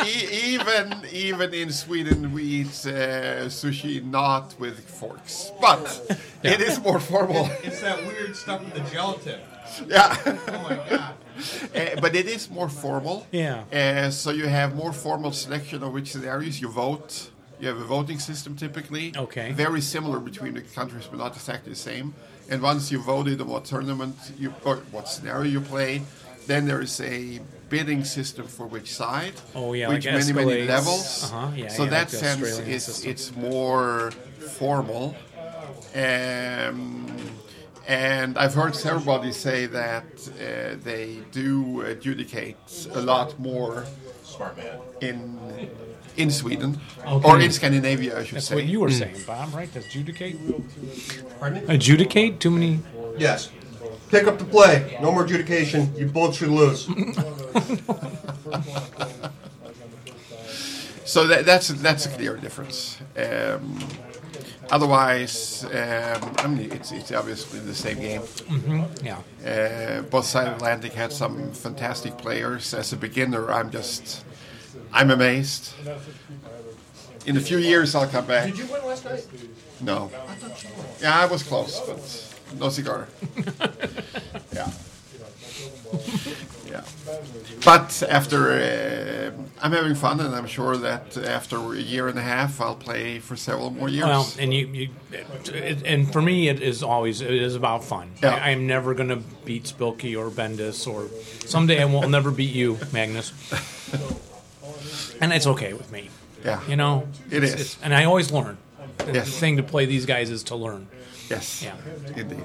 [SPEAKER 6] e- even even in Sweden, we eat uh, sushi not with forks, but it is more formal.
[SPEAKER 8] It's that weird stuff with the gelatin.
[SPEAKER 6] yeah.
[SPEAKER 8] Oh my god.
[SPEAKER 6] Uh, but it is more formal.
[SPEAKER 2] Yeah.
[SPEAKER 6] Uh, so you have more formal selection of which scenarios you vote. You have a voting system typically.
[SPEAKER 2] Okay.
[SPEAKER 6] Very similar between the countries, but not exactly the same. And once you voted on what tournament you or what scenario you play, then there is a bidding system for which side.
[SPEAKER 2] Oh, yeah,
[SPEAKER 6] Which
[SPEAKER 2] like
[SPEAKER 6] many many
[SPEAKER 2] escalates.
[SPEAKER 6] levels.
[SPEAKER 2] Uh-huh, yeah,
[SPEAKER 6] so
[SPEAKER 2] yeah,
[SPEAKER 6] that
[SPEAKER 2] like the
[SPEAKER 6] sense
[SPEAKER 2] Australian
[SPEAKER 6] is
[SPEAKER 2] system.
[SPEAKER 6] it's more formal. Um, and I've heard everybody say that uh, they do adjudicate a lot more
[SPEAKER 8] Smart man.
[SPEAKER 6] in in Sweden
[SPEAKER 2] Okay.
[SPEAKER 6] or in Scandinavia, I should
[SPEAKER 2] That's
[SPEAKER 6] say.
[SPEAKER 2] what you were saying, Bob, right? That's adjudicate.
[SPEAKER 5] Pardon me?
[SPEAKER 2] Adjudicate? Too many?
[SPEAKER 5] Yes. Pick up the play. No more adjudication. You both should lose.
[SPEAKER 6] so that, that's that's a clear difference. Um, otherwise, um, I mean, it's it's obviously the same game.
[SPEAKER 2] Yeah.
[SPEAKER 6] Uh, both side of Atlantic had some fantastic players. As a beginner, I'm just I'm amazed. In a few years, I'll come back.
[SPEAKER 5] Did you win last night?
[SPEAKER 6] No. Yeah, I was close, but no cigar. yeah. Yeah. But after, uh, I'm having fun, and I'm sure that after a year and a half, I'll play for several more years.
[SPEAKER 2] Well, and you, you it, and for me, it is always it is about fun.
[SPEAKER 6] Yeah.
[SPEAKER 2] I, I am never going to beat Spilky or Bendis, or someday I will never beat you, Magnus. And it's okay with me.
[SPEAKER 6] yeah.
[SPEAKER 2] You know,
[SPEAKER 6] It
[SPEAKER 2] It's-
[SPEAKER 6] is.
[SPEAKER 2] it's- and I always learn. The
[SPEAKER 6] Yes.
[SPEAKER 2] thing to play these guys is to learn.
[SPEAKER 6] Yes.
[SPEAKER 2] Yeah.
[SPEAKER 6] Indeed.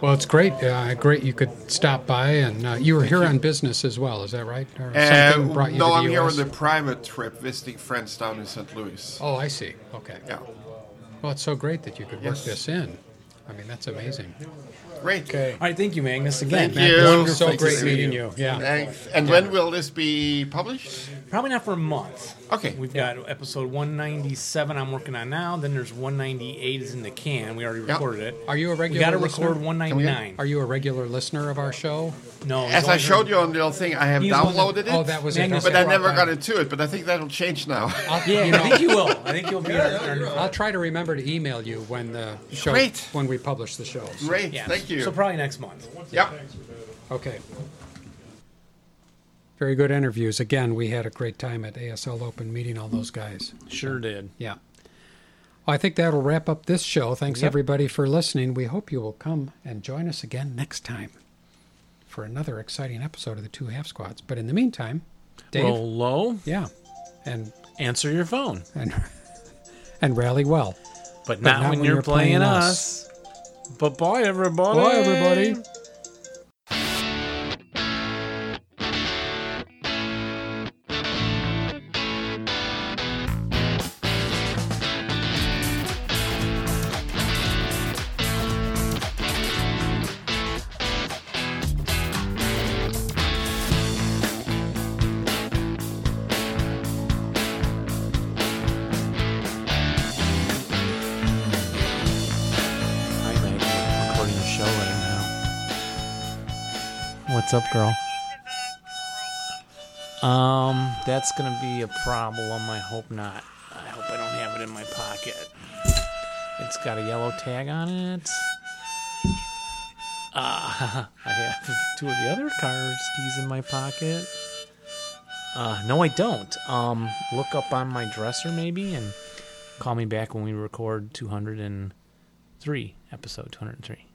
[SPEAKER 1] Well, it's great. Uh, great you could stop by, and uh, you were here on business as well. Is that right? Or
[SPEAKER 6] Uh,
[SPEAKER 1] something brought you
[SPEAKER 6] no,
[SPEAKER 1] to the
[SPEAKER 6] I'm here
[SPEAKER 1] US?
[SPEAKER 6] on a private trip visiting friends down in St. Louis.
[SPEAKER 1] Oh, I see. Okay.
[SPEAKER 6] Yeah.
[SPEAKER 1] Well, it's so great that you could work
[SPEAKER 6] Yes.
[SPEAKER 1] this in. I mean, that's amazing.
[SPEAKER 6] Great.
[SPEAKER 1] Okay.
[SPEAKER 2] All right, thank you, Magnus. Again,
[SPEAKER 6] Thank
[SPEAKER 2] Matt,
[SPEAKER 6] you.
[SPEAKER 2] wonderful
[SPEAKER 1] So
[SPEAKER 6] Thank
[SPEAKER 2] to
[SPEAKER 1] great
[SPEAKER 2] see
[SPEAKER 1] meeting you. Yeah.
[SPEAKER 6] Thanks. And when will this be published?
[SPEAKER 2] Probably not for a month.
[SPEAKER 6] Okay.
[SPEAKER 2] We've got episode 197 I'm working on now. Then there's 198 is in the can. We already
[SPEAKER 6] Yeah.
[SPEAKER 2] recorded it.
[SPEAKER 1] Are you a
[SPEAKER 2] We
[SPEAKER 1] regular
[SPEAKER 2] got to
[SPEAKER 1] listener?
[SPEAKER 2] record 199.
[SPEAKER 1] Are you a regular listener of our show?
[SPEAKER 2] No,
[SPEAKER 6] As I showed you on the little thing, I have
[SPEAKER 2] He's one of-
[SPEAKER 6] downloaded it.
[SPEAKER 1] Oh, that was it.
[SPEAKER 2] Magnus,
[SPEAKER 1] Okay.
[SPEAKER 6] But I never got into it, but I think that'll change now.
[SPEAKER 1] I'll,
[SPEAKER 2] Yeah,
[SPEAKER 1] you
[SPEAKER 2] I
[SPEAKER 1] know,
[SPEAKER 2] think you will. I think you'll be our, our-
[SPEAKER 1] I'll try to remember to email you when the show
[SPEAKER 6] Great.
[SPEAKER 1] when we publish the show. So-
[SPEAKER 6] Great,
[SPEAKER 2] yeah.
[SPEAKER 6] thank you.
[SPEAKER 2] So probably next month.
[SPEAKER 6] Yep.
[SPEAKER 1] Okay. Very good interviews. Again, we had a great time at ASL Open meeting all those guys.
[SPEAKER 2] Sure did.
[SPEAKER 1] Yeah. Well, I think that'll wrap up this show. Thanks
[SPEAKER 2] Yep.
[SPEAKER 1] everybody for listening. We hope you will come and join us again next time for another exciting episode of the Two Half Squads. But in the meantime, Dave,
[SPEAKER 2] Roll low,
[SPEAKER 1] yeah, and
[SPEAKER 2] answer your phone,
[SPEAKER 1] and and rally well.
[SPEAKER 2] but not, when, you're, playing, us. But bye everybody.
[SPEAKER 1] Bye everybody.
[SPEAKER 2] Hi, Meg. I'm recording the show right now. What's up, girl? Um, that's gonna be a problem. I hope not. I hope I don't have it in my pocket. It's got a yellow tag on it. Ah, I have two of the other cards keys in my pocket. Uh, no, I don't. Um, look up on my dresser maybe and call me back when we record 203 episode 203.